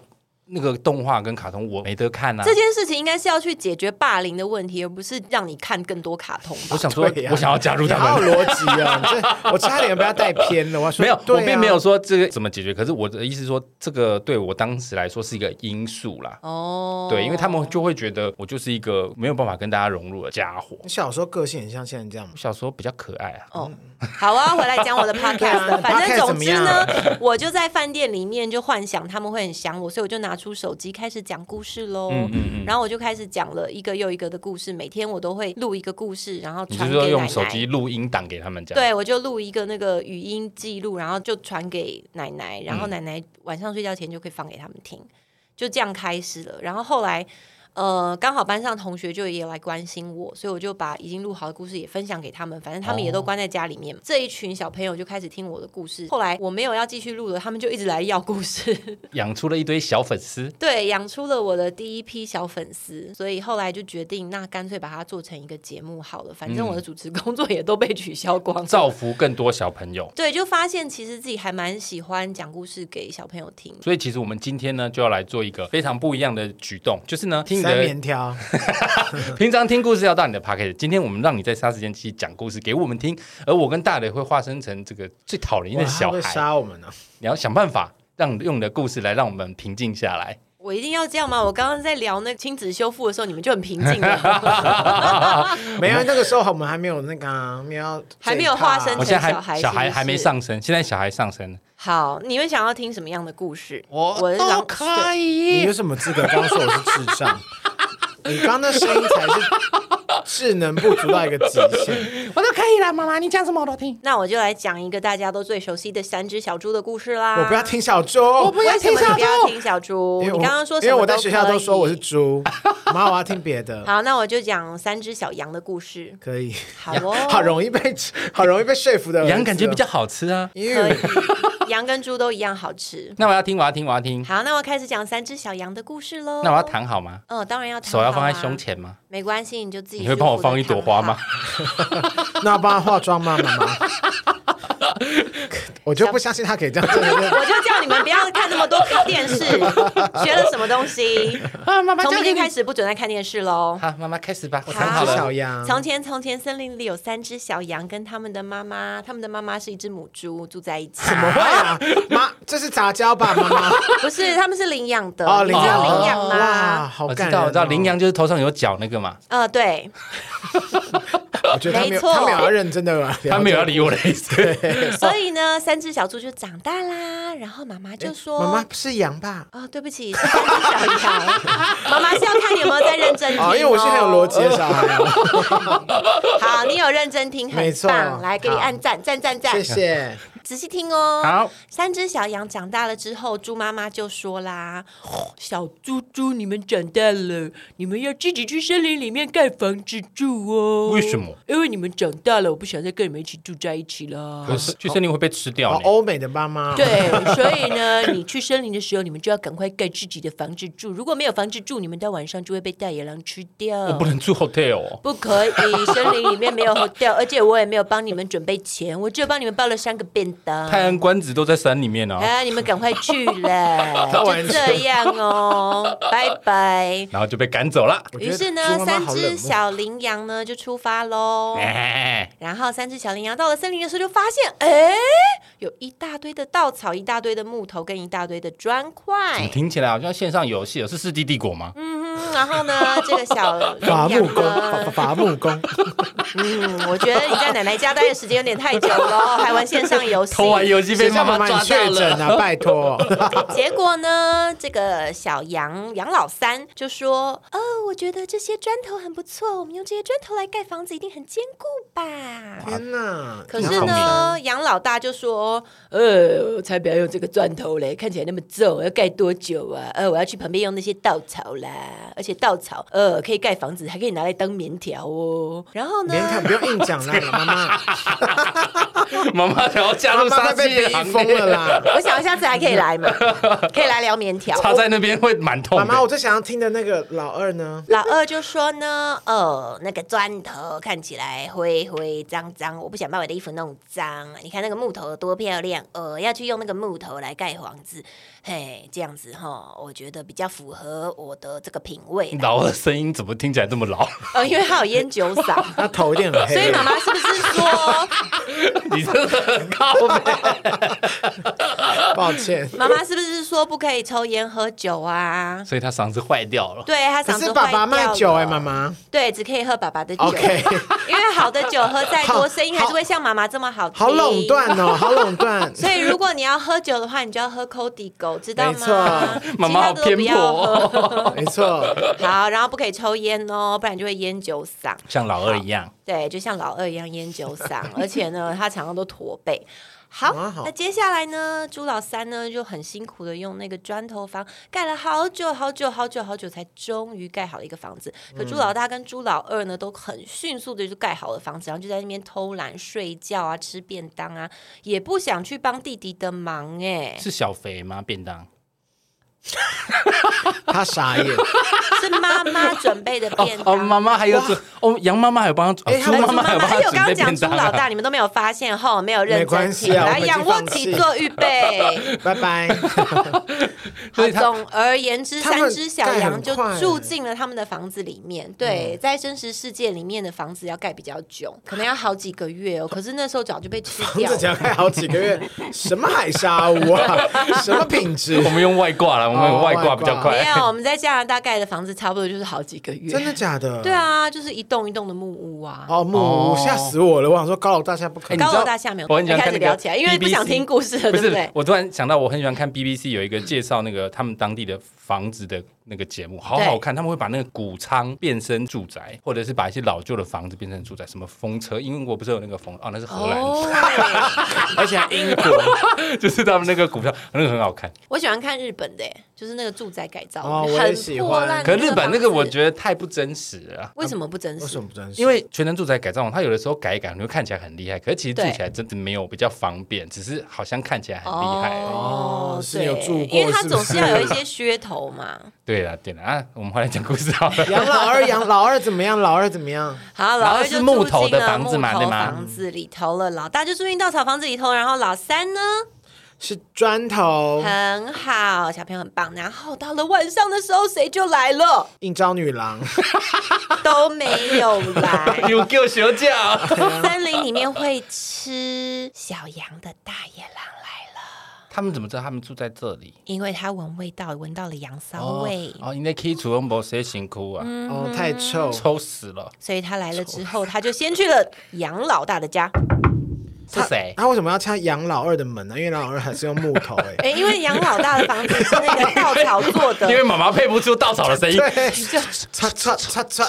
S1: 那个动画跟卡通，我没得看啊
S2: 这。件事情应该是要去解决霸凌的问题，而不是让你看更多卡通吧
S1: 我。想说
S3: 啊对，呀
S1: 我想要加入
S3: 你
S1: 他
S3: 好
S1: 们。
S3: 有逻辑啊！你这我差点被他带偏了。我要说
S1: *laughs* 没有，
S3: 对啊
S1: 我并没有说这个怎么解决，可是我的意思是说，这个对我当时来说是一个因素啦。
S2: 哦，
S1: 对，因为他们就会觉得我就是一个没有办法跟大家融入的家伙。
S3: 你小时候个性很像现在这样吗
S1: 我？小时候比较可爱啊，
S2: 哦，好啊，我来讲
S3: *laughs*
S2: 我的 podcast 了。反正
S3: 嗯啊 podcast
S2: 总
S3: 怎么
S2: 之
S3: 样
S2: 呢， *laughs* 我就在饭店里面就幻想他们会很想我，所以我就拿出手机开始讲故事喽。
S1: 嗯嗯嗯
S2: 然后我就开始讲了一个又一个的故事，每天我都会录一个故事，然后
S1: 嗯你就
S2: 传
S1: 是
S2: 给奶
S1: 说
S2: 奶。
S1: 用手机录音档给他们讲。
S2: 对，我就录一个那个语音记录，然后就传给奶奶，然后
S1: 嗯
S2: 奶奶晚上睡觉前就可以放给他们听，就这样开始了。然后后来，呃，刚好班上同学就也来关心我，所以我就把已经录好的故事也分享给他们，反正他们也都
S1: 哦
S2: 关在家里面嘛。这一群小朋友就开始听我的故事，后来我没有要继续录了，他们就一直来要故事， *laughs*
S1: 养出了一堆小粉丝。
S2: 对，养出了我的第一批小粉丝，所以后来就决定，那干脆把它做成一个节目好了，反正我的主持工作也都被取消光了。
S1: 造福更多小朋友。
S2: 对，就发现其实自己还蛮喜欢讲故事给小朋友听。
S1: 所以其实我们今天呢，就要来做一个非常不一样的举动，就是呢，听你
S3: 三
S1: 的
S3: 棉条， *laughs*
S1: 平常听故事要到你的 p o c k e t 今天我们让你在杀时间机讲故事给我们听，而我跟大雷会化身成这个最讨人厌的
S3: 哇
S1: 小
S3: 他会
S1: 孩，
S3: 杀我们呢。啊
S1: 你要想办法让用你的故事来让我们平静下来。
S2: 我一定要这样吗？我刚刚在聊那亲子修复的时候，你们就很平静了，
S3: *laughs* 没啊有，那个时候我们还没有那个啊，没有啊要
S2: 还没有化身
S1: 我
S2: 成
S1: 现在
S2: 小孩
S1: 还
S2: 是
S1: 小
S2: 不
S1: 孩
S2: 是
S1: 还没上身，现在小孩上身了，
S2: 好，你们想要听什么样的故事？
S1: 我
S2: 是狼
S1: 都可
S3: 你
S1: 以。
S2: *laughs*
S3: 有什么资格刚说我是智障？你刚那声音才是智能不足到一个极限。
S1: 我说可以了，妈妈，你讲什么我都听。
S2: 那我就来讲一个大家都最熟悉的三只小猪的故事啦。
S3: 我不要听小猪，
S1: 不要
S2: 为什么
S1: 听小
S2: 你不要
S1: 猪
S2: 听小猪？
S3: 因为
S2: 你
S3: 我
S2: 刚刚说什
S3: 因
S2: 么
S3: 为我
S2: 都
S3: 在学校
S2: 可
S3: 都说我
S2: 以
S3: 是猪，妈，我要听别的，
S2: 好，那我就讲三只小羊的故事。
S3: 可以。
S2: 好哦，
S3: 好容易被好容易被说服的儿子哦
S1: 羊感觉比较好吃啊。
S2: 可以，羊跟猪都一样好吃。
S1: 那我要听，我要听，我要听。
S2: 好，那我开始讲三只小羊的故事喽。
S1: 那我要躺好吗？
S2: 嗯，当然要躺
S1: 手要
S2: 好
S1: 放在
S2: 啊
S1: 胸，前吗？
S2: 没关系，你就自己。
S1: 你会帮我放一朵花吗？？
S3: 那要帮他化妆吗，
S2: *laughs*
S3: 妈妈？我就不相信他可以这样真的是。
S2: 我就叫你们不要看那么多看电视，学了什么东
S3: *laughs*
S2: 西？
S1: 啊，妈妈，
S2: 从明天开
S1: 始。
S2: 始不准再看电视喽。
S1: *laughs* 好，妈妈开始吧，我
S2: 好
S1: 躺好
S3: 三只小
S1: 了。
S3: 羊
S2: 从前，从前，森林里有三只小羊跟他们的妈妈，他们的妈妈是一只母猪，住在一起。
S3: 怎么会啊？妈，这是杂交吧，
S2: *laughs*
S3: 妈妈？
S2: 不是，他们是领养的，
S3: 哦，
S2: 你
S3: 领
S2: 知道
S3: 养
S2: 领养
S3: 哇，
S2: 吗？
S3: 好
S1: 我
S3: 感
S1: 知
S3: 人
S1: 道，
S3: 哦。
S1: 我知道，羚羊就是头上有角那个嘛，
S2: 呃，对，
S3: 我哦觉得他没有，
S2: 没错
S3: 他没有要认真的吧？
S1: 他没有要理我的意思。
S2: 所以呢，三只小猪就长大啦。然后妈妈就说：“
S3: 哎妈妈不是羊吧？
S2: 哦，对不起，是三只小羊。 *laughs* 妈妈是要看你有没有在认真听、
S3: 哦，因为我是很有逻辑。的小孩
S2: *laughs*
S3: 哦，
S2: 好，你有认真听，
S3: 没
S2: 很
S3: 错
S2: 棒，来给你
S3: 好
S2: 按赞，赞赞赞
S3: 谢，谢。
S2: 仔细听哦。
S1: *laughs* 好，
S2: 三只小羊长大了之后，猪妈妈就说啦：“小猪猪，你们长大了，你们要自己去森林里面盖房子住哦。
S1: 为什么？
S2: 因为你们长大了，我不想再跟你们一起住在一起啦。
S1: 可是去森林会被吃掉
S3: 好
S1: 呢。
S3: 欧美的妈妈哦，
S2: 对，所以呢， *laughs* 你去森林的时候，你们就要赶快盖自己的房子住。如果没有房子住，你们到晚上就会被大野狼吃掉。
S1: 我不能住 hotel 哦。
S2: 不可以，森林里面没有 hotel，而且我也没有帮你们准备钱，我只有帮你们报了三个便当。
S1: 泰安官子都在山里面啊，
S2: 啊！你们赶快去了，
S3: 他完
S2: 就
S3: 全
S2: 这样哦，拜拜。
S1: 然后就被赶走了。
S3: 我觉
S2: 于
S3: 得
S2: 是
S3: 猪
S2: 呢，
S3: 妈妈
S2: 三
S3: 好冷
S2: 只
S3: 哦漠
S2: 小羚羊呢就出发
S3: *laughs*
S2: 喽。
S1: 哎，
S2: 然后三只小羚羊到了森林的时候，就发现，哎，有一大堆的稻草，一大堆的木头，跟一大堆的砖
S1: 怎么
S2: 块。
S1: 听起来好像线上游戏哦？是《世纪帝国》吗？
S2: 嗯哼，然后
S3: *laughs*
S2: 呢，这个小羚
S3: 伐木
S2: 羊啊
S3: 工，伐伐
S2: 呢，
S3: 伐
S1: *laughs*
S3: 木工，
S2: 嗯，我觉得你在奶奶家待的时间有点太久了，还玩线上
S3: *laughs*
S2: 游戏，
S1: 偷玩游戏被
S3: 谁叫
S1: 妈
S3: 妈妈
S1: 抓
S3: 你
S1: 到
S3: 确诊
S1: 了。 *laughs*
S3: 啊？拜托，
S2: 结果呢，这个小羊杨老三就说：“哦，我觉得这些砖头很不错，我们用这些砖头来盖房子一定很坚固吧。”
S3: 天哪！
S2: 可是呢，杨老大就说：“呃，我才不要用这个砖头嘞，看起来那么重，要盖多久啊？呃，我要去旁边用那些稻草啦，而且稻草呃可以盖房子，还可以拿来当棉条哦。然后呢，
S3: 棉条不用硬讲啦，妈妈，
S1: *laughs* 妈妈想要加入
S3: 妈
S1: 杀
S3: 妈
S1: 鸡
S3: 被
S1: 的
S3: 逼
S1: 行
S3: 疯
S1: 列， *laughs*
S3: 了啦。
S2: 我想下次还可以来嘛，可以来聊棉条。
S1: 插在那边会蛮痛
S3: 妈
S1: 的。
S3: 妈，我最想要听的那个老二呢？
S2: 老二就说呢，哦，那个砖头看起来灰灰脏脏，我不想把我的衣服弄脏。你看那个木头多漂亮，呃，要去用那个木头来盖房子，嘿，这样子哈，我觉得比较符合我的这个品味啦。
S1: 老二声音怎么听起来这么老？
S2: 呃，因为他有烟酒
S3: *laughs*
S2: 嗓，
S3: 他头有点很
S2: *laughs*
S3: 黑，
S2: 所以妈妈是不是说， *laughs*
S1: 你真的很靠背。
S3: 抱歉。
S2: 妈妈是不是说不可以抽烟喝酒啊？
S1: 所以他嗓子坏掉了。
S2: 对他
S3: 可
S2: 嗓子坏
S3: 是
S2: 掉
S3: 爸爸卖酒哎，
S2: 了
S3: 妈妈。
S2: 对，只可以喝爸爸的酒 *laughs*
S3: OK，
S2: 因为好的酒喝再多，
S3: 好
S2: 声音还是会像妈妈这么好听。
S3: 好垄断哦，好垄
S1: *laughs*
S3: 断。
S2: *laughs* 所以如果你要喝酒的话，你就要喝 Cody 狗，知道
S3: 没
S2: 吗？
S3: 错
S1: 妈妈好
S2: 其他的都
S1: 偏
S2: 不
S1: 颇
S2: 要喝。
S1: 哦，
S3: 没错，
S2: 好，然后不可以抽烟哦，不然就会烟酒嗓。
S1: 像老二一样。
S2: 对，就像老二一样烟酒嗓，而且呢，他常常都驼背。好
S3: 哇，好
S2: 那接下来呢，朱老三呢就很辛苦的用那个砖头房盖了好久好久好久好久，才终于盖好了一个房子。
S1: 嗯
S2: 可朱老大跟朱老二呢都很迅速的就盖好了房子，然后就在那边偷懒睡觉啊，吃便当啊，也不想去帮弟弟的忙哎、
S1: 是小肥吗？便当
S3: 他傻 *laughs* 眼。
S2: 是妈妈准备的便
S1: 哦，
S2: 当。
S1: 妈妈还有准哦，杨妈妈还有帮他，哦
S3: 哎
S1: 猪
S3: 她
S1: 妈妈还有帮
S2: 哎
S1: 他
S2: 我刚
S1: 准备
S2: 刚
S1: 便
S2: 讲朱
S1: 当
S2: 老大，
S1: 啊。
S2: 你们都没有发现哈，没有认
S3: 没
S2: 真
S3: 关系
S2: 听。
S3: 啊
S2: 来，
S3: 我们已经
S2: 仰卧
S3: 放
S2: 起
S3: 弃
S2: 坐，预备。
S3: 拜拜。
S1: *laughs* 所
S2: 好，
S1: 以他
S2: 总而言之，
S3: 他
S2: 三
S3: 们
S2: 只小羊就
S3: 盖很快
S2: 住进了他们的房子里面。对，
S1: 嗯
S2: 在真实世界里面的房子要盖比较久，可能要好几个月哦。可是那时候早就被吃
S3: 你 *laughs*
S2: 掉
S3: 只
S2: 了。
S3: 讲开好几个月，什么海沙屋啊，什么品质
S1: 我？们用外挂了，我们有外挂比较 *laughs*
S2: 没
S1: 快。
S2: 有，我们在加拿大盖的房子差不多就是好几个月。
S4: 真的假的？
S2: 对。啊，就是一栋一栋的木屋啊。
S4: 哦，木屋
S1: 哦
S4: 吓死我了！我想说高楼大厦不可能
S1: 哎你
S2: 高
S1: 知
S2: 楼
S1: 道
S2: 大厦没有，
S1: 我很喜欢
S2: 开
S1: 看
S2: 始
S1: 那个
S2: 聊起来，因为不想
S1: BBC
S2: 听故事了，
S1: *laughs* 不
S2: 对
S1: 是，
S2: 对？
S1: 我突然想到，我很喜欢看 BBC 有一个介绍那个他们当地的房子的那个节目，好好看。他们会把那个谷仓变身住宅，或者是把一些老旧的房子变成住宅，什么风车，英国不是有那个风哦，那是荷兰，
S2: 哦，
S4: 而且还英国
S1: *laughs* 就是他们那个股票，那个很好看。
S2: 我喜欢看日本的耶，就是那个住宅改造，
S3: 哦我也
S2: 很
S3: 喜
S2: 破
S3: 欢
S2: 烂。
S1: 可日本那个我
S2: 得
S1: 觉得太不真实了啊。
S2: 为什么不真
S4: 为
S2: 实
S4: 什？么不真实？
S1: 因为全能住宅改造，它有的时候改一改，你会看起来很厉害，可是其实住
S2: 对
S1: 起来真的没有比较方便，只是好像看起来很厉害而已。
S2: 哦
S4: 哦，是
S2: 对，
S4: 有住过
S2: 因为它
S4: 是不
S2: 总
S4: 是
S2: 是要有一些噱头嘛。
S1: 对了，对了啊，我们后来讲故事好了。 *laughs*
S3: 杨老二，杨老二怎么样？老二怎么样？
S2: 好，
S1: 然
S2: 老
S1: 后
S2: 二
S1: 是
S2: 就
S1: 木
S2: 住
S1: 头
S2: 进
S1: 的
S2: 了
S1: 房
S2: 木
S1: 子嘛对
S2: 头
S1: 吗
S2: 房子里头了，老大就住进稻草房子里头，然后老三呢
S3: 是砖头
S2: 很好，小朋友很棒。然后到了晚上的时候，谁就来了？
S3: 应招女郎，
S2: 都没有
S1: *laughs*
S2: 来。
S1: 有给我学教，
S2: 森林里面会吃小羊的大野狼来了，
S1: 他们怎么知道他们住在这里？
S2: 因为它闻味道，闻到了羊骚味，
S1: 哦，应该可以主动不谁辛苦啊，
S3: 哦，太臭，
S1: 抽死了，
S2: 所以它来了之后，它就先去了羊老大的
S1: *laughs*
S2: 家。
S1: 是谁？
S3: 他为什么要敲杨老二的门呢？因为杨老二还是用木头哎、
S2: 哎，因为羊老大的房子是那个稻草做
S1: *laughs*
S2: 的
S1: 因，为妈妈配不出稻草的声音，
S3: 对，擦擦擦擦，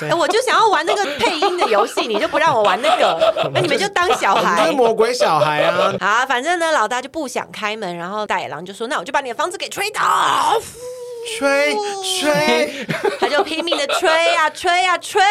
S3: 对
S2: 哎，我就想要玩那个配音的游戏，你就不让我玩那
S1: *laughs*
S2: 个，那你们就当小
S3: 这
S2: 孩
S3: 是。魔鬼小
S2: *laughs*
S3: 孩啊！
S2: 啊，反正呢，老大就不想开门，然后大野狼就说：“那我就把你的房子给吹倒。”
S1: *laughs*
S3: 吹吹，
S2: 他就拼命的吹呀、吹呀、吹，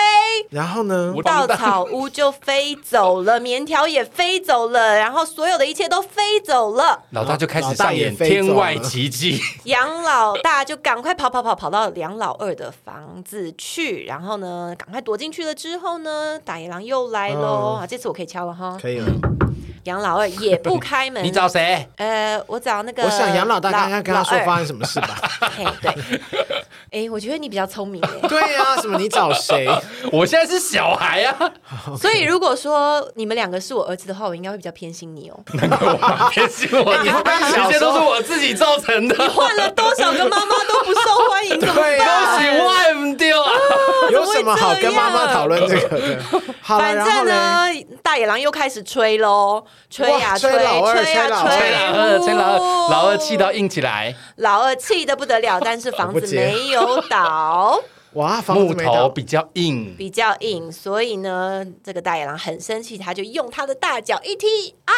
S3: 然后呢？
S1: 我 *laughs*
S2: 稻草屋就飞走了，棉条也飞走了，然后所有的一切都飞走了。
S1: 老大就开始
S3: 老大
S1: 上
S3: 也
S1: 演
S3: 飞走
S1: 天外
S3: 了
S1: 奇迹。 *laughs*
S2: 杨老大就赶快跑跑跑跑到杨老二的房子去，然后呢，赶快躲进去了。之后呢，大野狼又来喽、啊！这次我可以敲了哈。
S3: 可以了，
S2: 杨老二也不开门。
S1: 你找谁？
S2: 呃，我找那个，
S3: 我想杨老大刚刚跟他说
S2: 老二
S3: 发生什么事吧？
S2: 嘿，对，哎，我觉得你比较聪明
S3: *laughs*
S2: 哎。
S3: 对呀、什么你找 *laughs* 谁？
S1: 我现在是小孩
S3: *laughs*
S1: 啊，
S2: 所以如果说你们两个是我儿子的话，我应该会比较偏心你哦。
S1: 难怪我妈偏心我，
S2: 你会不会
S1: 这些都是我自己造成的，
S2: 换了多少个妈妈都不受欢迎，怎么
S3: 对呀、
S1: 喜万不掉啊！
S3: 有什么好跟妈妈讨论这个的？好了，
S2: 反
S3: 然后
S2: 正
S3: 呢？
S2: 呢，大野狼又开始吹喽，吹呀
S3: 哇
S2: 吹，
S3: 吹老二
S2: 呀
S3: 吹老二
S1: 崔
S2: 吹，
S1: 老二，崔老二，老二气，到硬起来，
S2: 老二气得不得
S3: *laughs*
S2: 了，但是房
S3: 我
S2: 子
S3: 不接
S2: 没有倒，
S3: 哇，房
S1: 木
S3: 子没
S1: 头
S3: 倒，
S1: 比较硬，
S2: 比较硬，所以呢，这个大野狼很生气，他就用他的大脚一踢，哎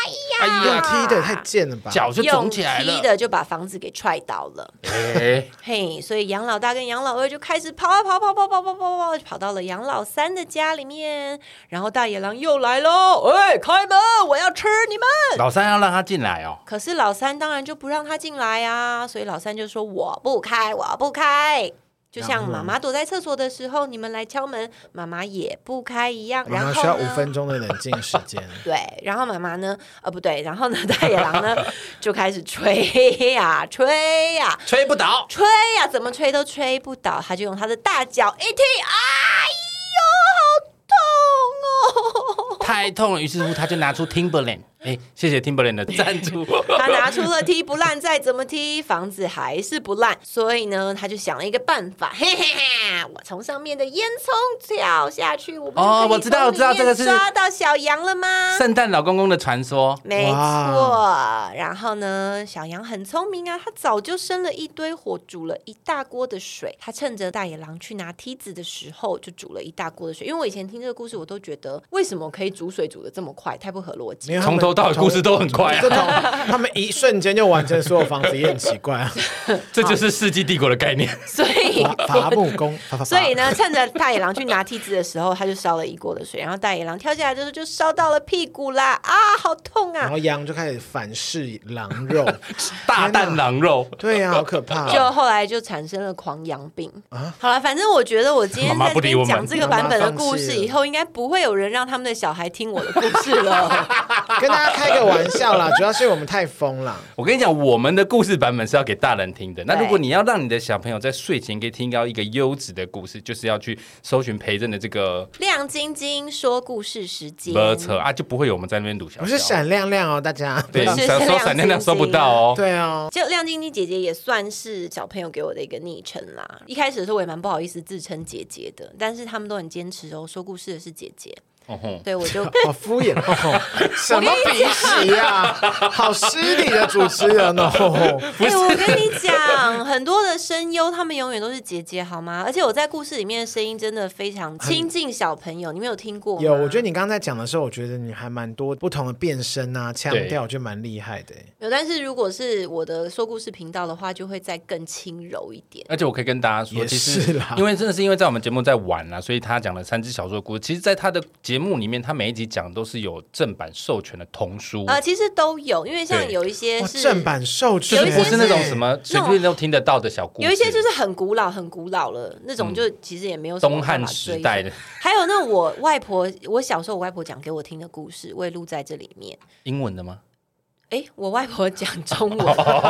S2: 呀，
S1: 哎
S3: 用
S1: 呀
S3: 踢的啊太贱了吧？
S1: 脚就
S2: 用
S1: 肿
S2: 踢
S1: 起来了。
S2: 的就把房子给踹倒了。
S1: 哎，
S2: 嘿，所以杨老大跟杨老二就开始跑啊跑跑跑跑跑跑跑，跑到了杨老三的家里面，然后大野狼又来喽，哎，开门，我要吃你们！
S1: 老三要让他进来哦。
S2: 可是老三当然就不让他进来啊，所以老三就说我不开，我不开。就像妈妈躲在厕所的时候，你们来敲门，妈妈也不开一样。
S3: 妈
S2: 然
S3: 妈需要
S2: 后 *laughs*
S3: 五
S2: 呢？呃
S3: 分钟的冷静时 *laughs* 间。
S2: 对，然后妈妈呢？呃，不对，然后呢？大野狼呢就开始吹呀、吹呀、
S1: 吹不倒，
S2: 吹呀、怎么吹都吹不倒，他就用他的大脚一踢，哎呦，好痛哦！
S1: 太痛了。于是乎，他就拿出 Timberland，哎，谢谢 Timberland 的赞助。 *laughs*
S2: 他拿出了踢不烂，再怎么踢，房子还是不烂。所以呢，他就想了一个办法，嘿嘿嘿，我从上面的烟囱跳下去，我不就
S1: 哦
S2: 可以
S1: 我知道
S2: 从
S1: 我知道
S2: 里
S1: 这
S2: 面
S1: 个是
S2: 抓到小羊了吗？
S1: 圣诞老公公的传说，
S2: 没
S3: 哇
S2: 错，然后呢，小羊很聪明啊，它早就生了一堆火，煮了一大锅的水。它趁着大野狼去拿梯子的时候，就煮了一大锅的水。因为我以前听这个故事，我都觉得为什么可以煮水煮的这么快，太不合逻
S3: 没
S2: 辑。
S3: 有
S1: 从头到尾故事都很快
S3: 这
S1: 啊。
S3: 种 *laughs* 他们一瞬间就完成所有房子，也很奇怪 *laughs* 啊。
S1: *laughs* 这就是世纪帝国的概念。
S2: 所以
S3: 伐伐木工，伐
S2: *laughs*
S3: 伐伐
S2: 所以呢，趁着大野狼去拿梯子的时候，他就烧了一锅的水，然后大野狼跳下来之后就烧到了屁股啦，啊，好痛
S3: 然
S2: 啊！
S3: 后羊就开始反噬狼 *laughs* 肉，
S1: 大蛋狼肉，
S3: 对呀、好可怕、啊
S2: 就后来就产生了狂羊病。好了，反正我觉得我今天
S1: 妈妈
S2: 在
S1: 不
S2: 这
S1: 理我
S2: 边
S1: 们
S2: 讲这个版本的故
S3: 妈妈
S2: 事
S3: 放弃了
S2: 以后，应该不会有人让他们的小孩听我的故事了。
S3: 跟大大家开个玩笑 *laughs* 啦，主要是因为我们太疯了。
S1: 我跟你讲，我们的故事版本是要给大人听的。那
S2: 对
S1: 如果你要让你的小朋友在睡前可以听到一个优质的故事，就是要去搜寻培正的这个
S2: 亮晶晶说故事时间，
S1: 没扯啊，就不会有我们在那边鲁小小。
S3: 不是闪亮亮哦，大家。
S1: 对，
S2: 不是
S1: 闪
S2: 是
S1: 搜
S2: 亮
S1: 闪亮亮
S2: 晶
S1: 搜不
S2: 晶
S1: 到哦。
S3: *laughs* 对哦，
S2: 就亮晶晶姐姐也算是小朋友给我的一个昵称啦。一开始的时候我也蛮不好意思自称姐姐的，但是他们都很坚持哦，说故事的是姐姐，
S1: 哦吼，
S2: 对我就
S3: 好敷衍
S1: *laughs*
S3: 哦，什么比起呀、 *laughs* 好失礼的主持人
S1: *laughs*
S3: 哦。
S2: 哎、我跟你讲，很多的声优他们永远都是姐姐，好吗？而且我在故事里面的声音真的非常亲近小朋友，你们有听过吗？
S3: 有，我觉得你刚才讲的时候，我觉得你还蛮多不同的变声啊、腔
S1: 对
S3: 调，我觉得蛮厉害的。欸
S2: 有，但是如果是我的说故事频道的话，就会再更轻柔一点。
S1: 而且我可以跟大家说，
S3: 也
S1: 其
S3: 是
S1: 实
S3: 啦
S1: 因为真的是因为在我们节目在玩啦、所以他讲了三只小说的故事。其实，在他的节目里面，他每一集讲都是有正版授权的童书，
S2: 呃，其实都有，因为像
S1: 对
S2: 有一些
S3: 哇，
S2: 是
S3: 正。版授
S1: 就
S3: 权
S1: 是
S2: 有一些
S1: 不是那种
S2: 是
S1: 什么随便都听得到的小故事，
S2: 有一些就是很古老、很古老了那种，就其实也没有什么
S1: 嗯东汉
S2: 办法
S1: 时
S2: 追
S1: 代
S2: 溯。
S1: 的
S2: 还有那我外婆，我小时候我外婆讲给我听的故事，我也录在这里面。
S1: 英文的吗？
S2: 哎，我外婆讲中
S1: *laughs*
S2: 文，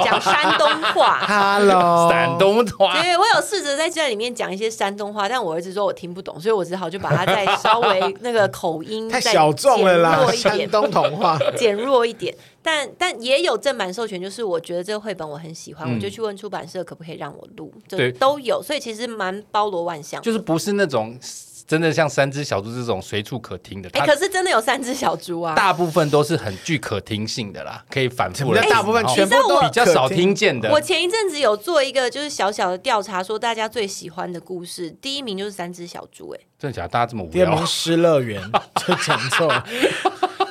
S2: 讲山东话，
S3: ，Hello，
S1: 山东
S3: 啊
S1: 话。
S2: 对，我有试着在这里面讲一些山东话，但我儿子说我听不懂，所以我只好就把它再稍
S3: *laughs*
S2: 微那个口音
S3: 太
S2: 再
S3: 小众了
S2: 减
S3: 啦，
S2: 弱一
S3: 山
S2: 点，
S3: 东童话。
S2: 减弱一点。但但也有正版授权，就是我觉得这个绘本我很喜欢，
S1: 嗯
S2: 我就去问出版社可不可以让我录，就
S1: 对
S2: 都有，所以其实蛮包罗万象。
S1: 就是不是那种真的像三只小猪这种随处可听的，
S2: 哎、
S1: 它
S2: 可是真的有三只小猪啊！
S1: 大部分都是很具可听性的啦，可以反复的
S3: 那大部分全部
S2: 你知道
S3: 都
S2: 我
S1: 比较少听见的
S2: 我。前一阵子有做一个就是小小的调查，说大家最喜欢的故事，第一名就是三只小猪、哎，
S1: 真的假的？大家这么无
S3: 第二名
S1: 聊
S3: 《失乐园》， *laughs* 就讲错，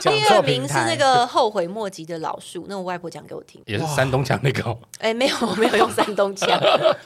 S3: 讲
S2: 第
S3: 错
S2: 二
S3: 平
S2: 名是那
S3: 台。
S2: 个后悔莫及的老树，那我外婆讲给我听。
S1: 也是山东腔那个哦，
S2: 哎、没有， *laughs* 我没有用山东腔。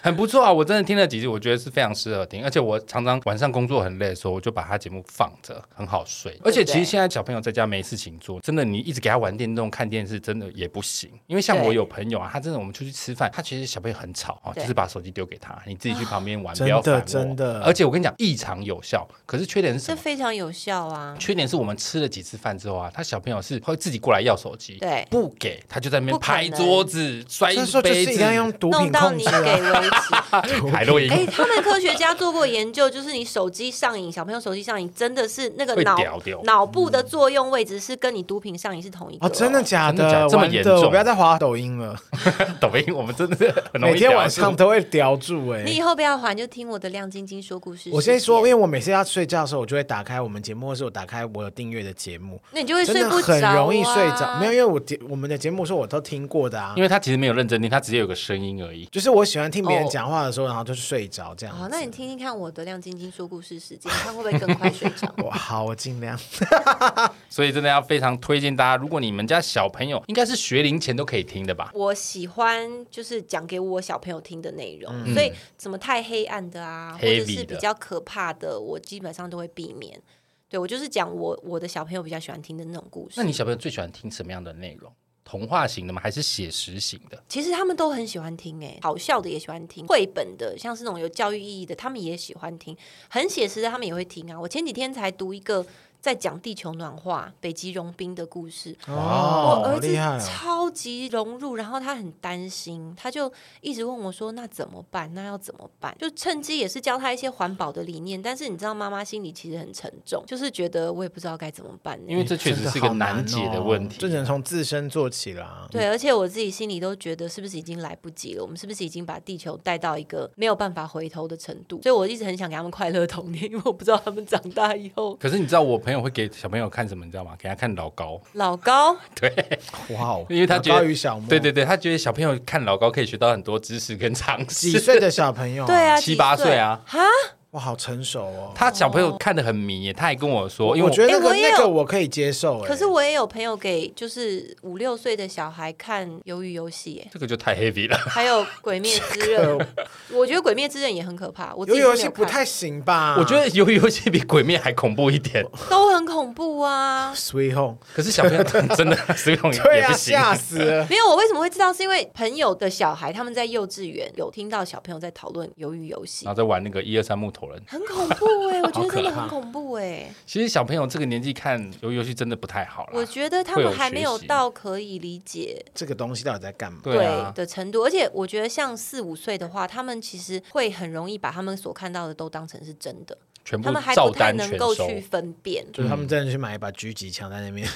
S1: 很不错啊！我真的听了几集，我觉得是非常适合听，而且我常常晚上工作很累的时候，我就把他节目放着，很好睡。而且其实现在小朋友在家没事情做，真的你一直给他玩电动、看电视，真的也不行。因为像
S2: 对
S1: 我有朋友啊，他真的我们出去吃饭，他其实小朋友很吵哦，
S2: 对
S1: 就是把手机丢给他，你自己去旁边玩，
S3: 真
S1: 不要
S3: 的
S1: 烦我。
S3: 啊真的
S1: 而且我跟你讲，异常有效。可是缺点是什
S2: 这
S1: 么？
S2: 非常有效
S3: *laughs*
S2: 啊！
S1: 缺点是我们吃了几次饭之后啊，他小朋友是会自己过来要手机，
S2: 对
S1: 不给他就在那边
S2: 不可能
S1: 拍桌子、摔
S3: 所以说就是
S1: 杯
S3: 一
S1: 子，
S3: 定要用毒
S2: 弄
S3: 品
S2: 到
S3: 控
S2: 你
S3: 制
S2: 给
S3: 啊。
S2: 为
S3: *laughs*
S2: 止。
S1: *laughs* 海洛因。
S2: 哎、他们科学家做过研究，就是你手机上瘾，小朋友手机上瘾真的是那个
S1: 会
S2: 脑
S1: 屌掉
S2: 脑部的作用位置是跟你毒品上瘾是同一个、
S3: 嗯哦，真的假
S1: 真的假的这么
S3: 完
S1: 严
S3: 的，
S1: 重
S3: 我不要再滑抖音了，
S1: 抖音我们真的是很容易
S3: 每天晚
S1: 聊
S3: 上
S1: 住
S3: 都会叼住哎、
S2: 你以后不要还，就听我的亮晶晶说故事。
S3: 我先说，因，为我每次要睡觉的时候，我就会打开我们节目，或是我打开我有订阅的节目，
S2: 那你就会
S3: 真
S2: 睡
S3: 的
S2: 不着、
S3: 很
S2: 啊，
S3: 容易睡着。没有，因为我节我们的节目是我都听过的啊
S1: 因，为他其实没有认真听，他只是有个声音而已。
S3: 就是我喜欢听别人
S2: 哦
S3: 讲话的时候，然后就是睡着这样
S2: 好，
S3: 子。？
S2: 哦那你听听看我的亮晶晶说故事时间，看会不会更快睡着
S3: 我好，我尽量。
S1: 所以真的要非常推荐大家，如果你们家小朋友应该是学龄前都可以听的吧？
S2: 我喜欢就是讲给我小朋友听的内容，所以什么太黑暗的啊，或者
S1: 嗯 Heavy
S2: 是
S1: 的
S2: 比较可怕的，我基本上都会避免。对我就是讲我我的小朋友比较喜欢听的那种故事。
S1: 那你小朋友最喜欢听什么样的内容？童话型的吗？还是写实型的？
S2: 其实他们都很喜欢听、诶，好笑的也喜欢听，绘本的，像是那种有教育意义的，他们也喜欢听，很写实的他们也会听啊。我前几天才读一个在讲地球暖化、北极融冰的故事，
S3: 哦
S2: 我
S3: 好
S2: 儿子
S3: 厉害哦！
S2: 超级融入，然后他很担心，他就一直问我说：“那怎么办？那要怎么办？”就趁机也是教他一些环保的理念，但是你知道，妈妈心里其实很沉重，就是觉得我也不知道该怎么办呢、
S1: 因为这确实是个难解的问题。啊
S3: 真的好难哦这只能从自身做起啦。
S2: 对，而且我自己心里都觉得，是不是已经来不及了？我们是不是已经把地球带到一个没有办法回头的程度？所以我一直很想给他们快乐童年， *laughs* 因为我不知道他们长大以后
S1: 可是你知道我朋友会给小朋友看什么？你知道吗？给他看老高，
S2: 老高
S3: 哇哦，
S1: *laughs* 因为他觉得
S3: 高于小莫，
S1: 对对对，他觉得小朋友看老高可以学到很多知识跟常
S3: 几
S1: 识。
S3: 岁的小朋友？
S2: *laughs* 对，啊，
S1: 七
S2: 几
S1: 八岁啊
S2: 哈，
S3: 哇，好成熟哦。
S1: *laughs* 他小朋友看得很迷耶，他还跟我说，因为
S3: 我觉得那
S2: 哎
S3: 个
S2: 我也有
S3: 那个我可以接受，哎
S2: 可是我也有朋友给就是五六岁的小孩看《鱿鱼游戏》耶，
S1: 这个就太 heavy 了。
S2: 还有《鬼灭之刃》，我觉得《鬼灭之刃》也很可怕，我自己
S3: 游戏
S2: 是
S3: 游
S2: 没
S3: 戏
S2: 有
S3: 不
S2: 看，
S3: 太行吧？
S1: 我觉得游游戏比鬼面还恐怖一
S3: *laughs*
S1: 点，
S2: 都很恐怖啊。
S1: *laughs*
S3: Sweet Home，
S1: 可是小朋友真的 *laughs* 随便
S3: 对
S1: 也
S3: 啊，
S1: 不行。
S3: 吓死了。
S2: 没有，我为什么会知道？是因为朋友的小孩他们在幼稚园有听到小朋友在讨论《鱿鱼游戏》
S1: 然后再玩那个一二三木头口人。
S2: 很恐
S1: *laughs*
S2: 怖哎、我觉得真
S1: 好可
S2: 的
S1: 怕
S2: 很恐怖哎、
S1: 其实小朋友这个年纪看游游戏真的不太好
S2: 我
S1: 啦。
S2: 觉得他
S1: 会
S2: 们
S1: 有
S2: 还没
S1: 学
S2: 有
S1: 习
S2: 到可以理解
S3: 这个东西到底在
S1: *laughs*
S3: 干嘛？
S1: 对啊，
S2: 的程度，而且我觉得像四五岁的话，他们其实会很容易把他们所看到的都当成是真的，
S1: 全部
S2: 他们还
S1: 照
S2: 不太
S1: 单
S2: 能
S1: 全
S2: 够
S1: 收。
S2: 去分辨。
S3: 就是他们真的去买一把狙击枪在那边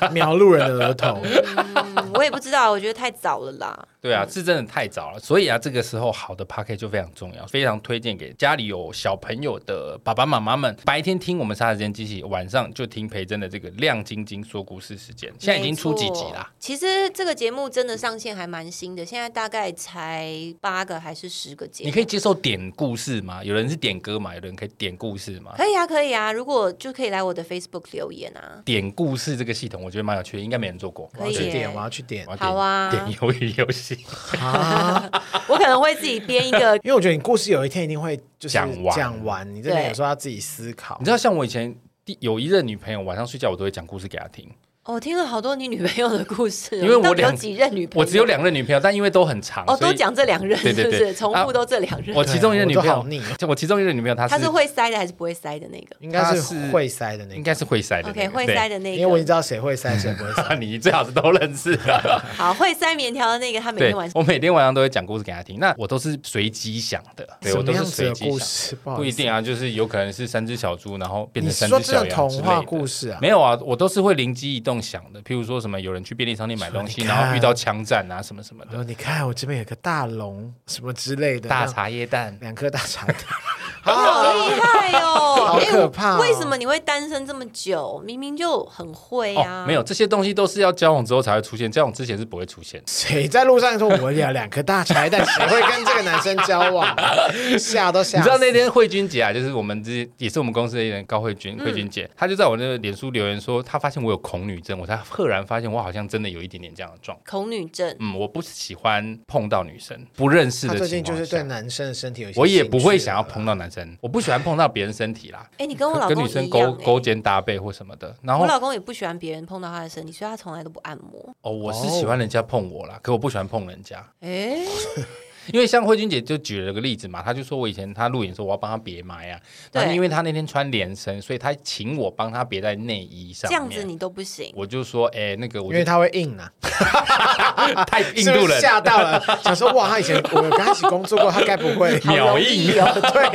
S1: 嗯
S3: *laughs* 瞄
S5: 路
S3: 路人
S5: 人
S3: 的
S5: 的
S3: 额
S5: 额
S3: 头
S5: 头，
S1: *laughs*
S2: 嗯，我也不知道，我觉得太早了啦。
S1: 对啊，是真的太早了，所以啊，这个时候好的 p a c k a g e 就非常重要，非常推荐给家里有小朋友的爸爸妈妈们，白天听我们《杀时间机器》，晚上就听培真的这个亮晶晶说故事时间，现在已经出几集啦？
S2: 没错其实这个节目真的上线还蛮新的，现在大概才八个还是十个节目。
S1: 你可以接受点故事吗？有人是点歌嘛，有人可以点故事嘛？
S2: 可以啊，可以啊，如果就可以来我的 Facebook 留言啊。 *laughs*
S1: 点故事这个系统，我觉得蛮有趣的，应该没人做过。
S2: 可以
S3: 去
S2: 耶
S3: 点，我要去点
S1: 我。要点
S2: 好啊
S1: 点鱿鱼游戏，
S2: 我可能会自己编
S1: *laughs*
S2: 一个
S3: 因为我觉得你故事有一天一定会就是
S1: 讲完
S3: 讲完，你真的
S2: 对
S3: 有时候要自己思考
S1: 你。知道，像我以前第有一任女朋友，晚上睡觉我都会讲故事给她听。
S2: 哦，我听了好多你女朋友的故事哦，
S1: 因为我
S2: 到底有
S1: 两
S2: 几任女朋友，
S1: 我只有两任女朋友，但因为都很长，
S2: 哦，
S1: 所
S2: 都
S1: 以
S2: 讲这两任，
S1: 对对对
S2: 是不是重
S1: 啊
S2: 复都这两任？
S1: 我其中一任女朋
S3: 对
S1: 友
S3: 啊我都好腻哦，
S1: 就我其中一任女朋友她
S2: 他
S1: 是
S2: 是会塞的还是不会塞的那个
S3: 应该
S1: 他是
S3: 是会塞的那
S1: 应
S3: 个，
S1: 该是会塞的那个、
S2: ？OK，会
S1: 的。
S2: 塞的那
S3: 因为我已经
S2: 个，
S3: 知道谁会塞，谁不会塞。
S1: *laughs* 你最好是都认识的。
S2: 好，会塞棉条的那个，他每
S1: 对
S2: 天晚，上
S1: 我每天晚上都会讲故事给她听。那我都是随机想的， *laughs* 对
S3: 什
S1: 我
S3: 么
S1: 都
S3: 样
S1: 是
S3: 子
S1: 随
S3: 的
S1: 机
S3: 故
S1: 想。
S3: 事？不好
S1: 不
S3: 意
S1: 一
S3: 思
S1: 定啊，就是有可能是三只小猪，然后变
S3: 你
S1: 成三
S3: 说
S1: 只
S3: 这
S1: 小
S3: 个
S1: 羊
S3: 童
S1: 之类
S3: 话
S1: 的。
S3: 故事啊？
S1: 没有啊，我都是会灵机一动想的。譬如说什么，有人去便利商店买东西，
S3: 你看
S1: 然后遇到枪战啊，什么什么的，
S3: 呃，你看我这边有个大龙什么之类的，
S1: 大
S3: 这样
S1: 茶叶蛋。
S3: 两颗大茶蛋，
S2: 好厉
S1: *laughs*
S2: 害哦！
S3: 好
S2: 哎
S3: 可怕哦
S2: 为什么你会单身这么久？明明就很会啊
S1: 哦，。没有，这些东西都是要交往之后才会出现，交往之前是不会出现的。
S3: 谁在路上说我有两颗大茶蛋，谁会跟这个男生交
S1: *laughs*
S3: 往？吓都吓死！
S1: 你知道那天慧君姐啊，就是我们之也是我们公司的一人高慧
S3: 嗯
S1: 君，慧君姐，她就在我那个脸书留言说，她发现我有恐女症，我才赫然发现我好像真的有一点点这样的状况。
S2: 恐女症，
S1: 嗯，我不喜欢碰到女生，不认识
S3: 他
S1: 的
S3: 最
S1: 情
S3: 近就
S1: 况
S3: 是对
S1: 下。
S3: 男生的身体有一啊些，
S1: 我也不会想要。碰到男生，我不喜欢碰到别人身体啦，
S2: 哎，你跟我老
S1: 跟
S2: 公
S1: 女
S2: 一样
S1: 生勾勾
S2: 哎。
S1: 肩搭背或什么的。然后
S2: 我老公也不喜欢别人碰到他的身体，所以他从来都不按摩。
S1: 哦，我是喜欢人家碰我啦，可我不喜欢碰人家，
S2: 哎，
S1: 哦因为像慧君姐就举了个例子嘛，她就说我以前她录影的时候我要帮她别埋啊，
S2: 对
S1: 但因为她那天穿连身，所以她请我帮她别在内衣上面。
S2: 这样子你都不行。
S1: 我就说，哎、那个我
S3: 因
S1: 就
S3: 为他会硬啊，
S1: 太 *laughs* 印
S3: 是
S1: 度
S3: 不是
S1: 人
S3: 吓到
S1: *laughs*
S3: 了，想说哇，他以前我有跟他一起工作过，他该不会
S1: 秒印，
S3: *laughs* 对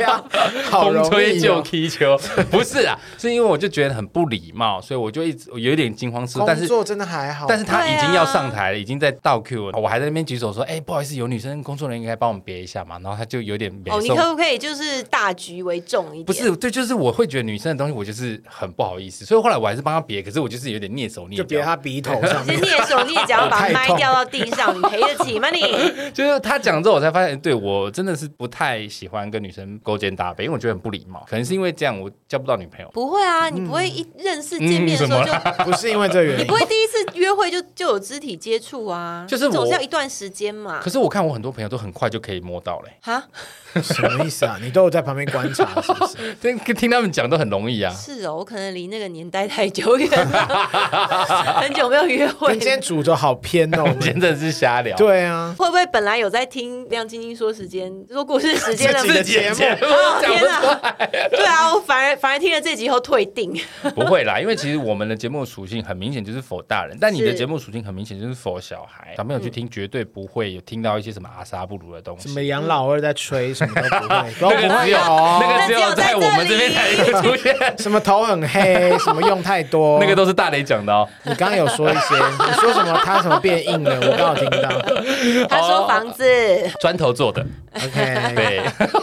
S1: *laughs*
S3: 呀、好容
S1: 风吹
S3: 易、
S1: 就
S3: 哦。
S1: 踢球，不是啊，是因为我就觉得很不礼貌，所以我就一直我有一点惊慌失措，但
S3: 工
S1: 是。
S3: 作真的还好，
S1: 但是他
S2: 对啊
S1: 已经要上台了，已经在倒 Q 了，我还在那边举手说：“哎、不好意思，有女生工作人员应该帮我们别一下嘛。”然后他就有点没
S2: 哦，你
S1: 送
S2: 可不可以就是大局为重一点？
S1: 不是，对，就是我会觉得女生的东西，我就是很不好意思，所以后来我还是帮他别，可是我就是有点蹑手蹑脚，
S3: 就别他鼻头上
S2: 你
S1: *laughs*
S3: 面，
S2: 蹑手蹑脚把
S3: 太
S2: 麦
S3: 痛
S2: 掉到地上，你赔得起吗你？
S1: 就是他讲之后，我才发现，对我真的是不太喜欢跟女生勾肩搭背，因为我觉得很不礼貌。可能是因为这样，我交不到女朋友。
S2: 不会啊，你不会一认识见面的时候
S1: 嗯
S2: 就，
S1: 怎
S3: 不是因为这个原
S2: 你
S3: 因
S2: 不。
S1: *laughs*
S2: 会第一次约会就就有肢体接触啊，
S1: 就是我
S2: 总是要一段时间嘛
S1: 可。是我看我很多朋友都很快就可以摸到嘞、
S2: 哈，
S3: 什么意思啊？你都有在旁边观察是
S1: *laughs*
S3: 不是？
S1: 但听他们讲都很容易啊。
S2: 是哦，我可能离那个年代太久远了，
S1: *laughs*
S2: 很久没有约会
S3: 跟今。天主轴好偏哦。我
S1: 今
S3: 们
S1: 天真的是瞎聊，
S3: 对啊，
S2: 会不会本来有在听亮晶晶说时间、说故事时
S1: *laughs*
S2: 间的？
S3: 自己的
S1: 节目
S3: 节
S2: 哦
S1: 讲
S2: 天
S1: 不
S2: 哪！对啊，我反而反而听了这集以后
S1: *laughs*
S2: 退订。
S1: 不会啦，因为其实我们的节目属性很明显就是否大人，但你的
S2: 是
S1: 节目属性很明显就是否小孩，小朋友去听绝对不会有听到一些什么阿萨布鲁的东
S3: 什么
S1: 西。
S3: 杨老二在吹，什么都
S1: *laughs*
S3: 不会，都
S1: 那
S3: 不
S1: 个只
S3: 会
S1: 有
S3: 哦。
S1: 那个只有在我们这边才会出现，
S3: *laughs* 什么头很黑，什么用太多，
S1: *laughs* 那个都是大雷讲的哦。
S3: 你刚刚有说一些，你说什么他什么变硬了，我刚好听到。
S2: 他说房子，
S1: 砖头做的，
S3: OK，
S1: 对， *laughs*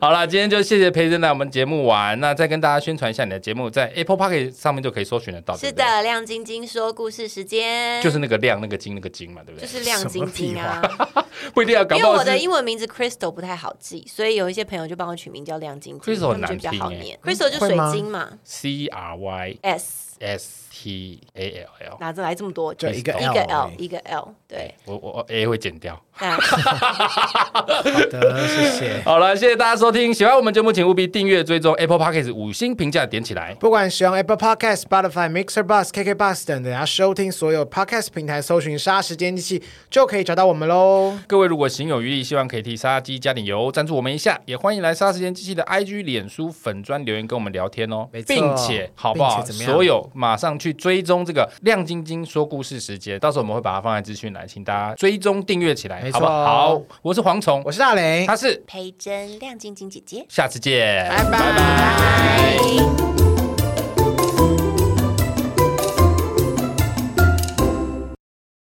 S1: 好啦，今天就谢谢培珍来我们节目玩。那再跟大家宣传一下你的节目，在 Apple p o c k e t 上面就可以搜寻得到。
S2: 是
S1: 对不对，
S2: 的，亮晶晶说故事时间，
S1: 就是那个亮、那个金、那个金嘛，对不
S2: 就
S1: 对？
S2: 是亮晶晶啊。 *laughs*
S1: 不一定要搞
S2: 因
S1: 不
S2: 为
S1: 好
S2: 我的
S1: 是
S2: 英文名字 Crystal 不太好记，所以有一些朋友就帮我取名叫亮晶晶
S1: Crystal
S2: 他们就比较好
S1: 很难欸听
S2: 念。Crystal 就水晶嘛
S1: C R Y
S2: ，S
S1: S T A L L。
S2: 哪子来这么多？
S3: 就一个
S2: 一个
S3: L，
S1: 哎
S2: L，一个 L，对。
S1: 我我我 A 会剪掉，
S2: 哎 *laughs*
S3: 好的，谢谢。
S1: 好了，谢谢大家收听，喜欢我们节目，请务必订阅、追踪 Apple Podcast 五星评价点起来。
S3: 不管使用 Apple Podcast、Spotify、Mixer、Bus、KK Bus 等等，要收听所有 Podcast 平台，搜寻“杀时间机器”就可以找到我们喽。
S1: 各位如果行有余力，希望可以替杀鸡加点油，赞助我们一下，也欢迎来杀时间机器的 IG、脸书粉砖留言跟我们聊天哦
S3: 没，错
S1: 并且好不好？
S3: 并且怎么样
S1: 所有马上去追踪这个亮晶晶说故事时间，到时候我们会把它放在资讯栏，请大家追踪订阅起来，
S3: 没
S1: 好不好？
S3: 错
S1: 好，我是蝗虫
S3: 我，是大雷，
S1: 他是，
S2: 培珍亮晶晶姐姐。
S1: 下次见，
S3: 拜拜
S1: 哎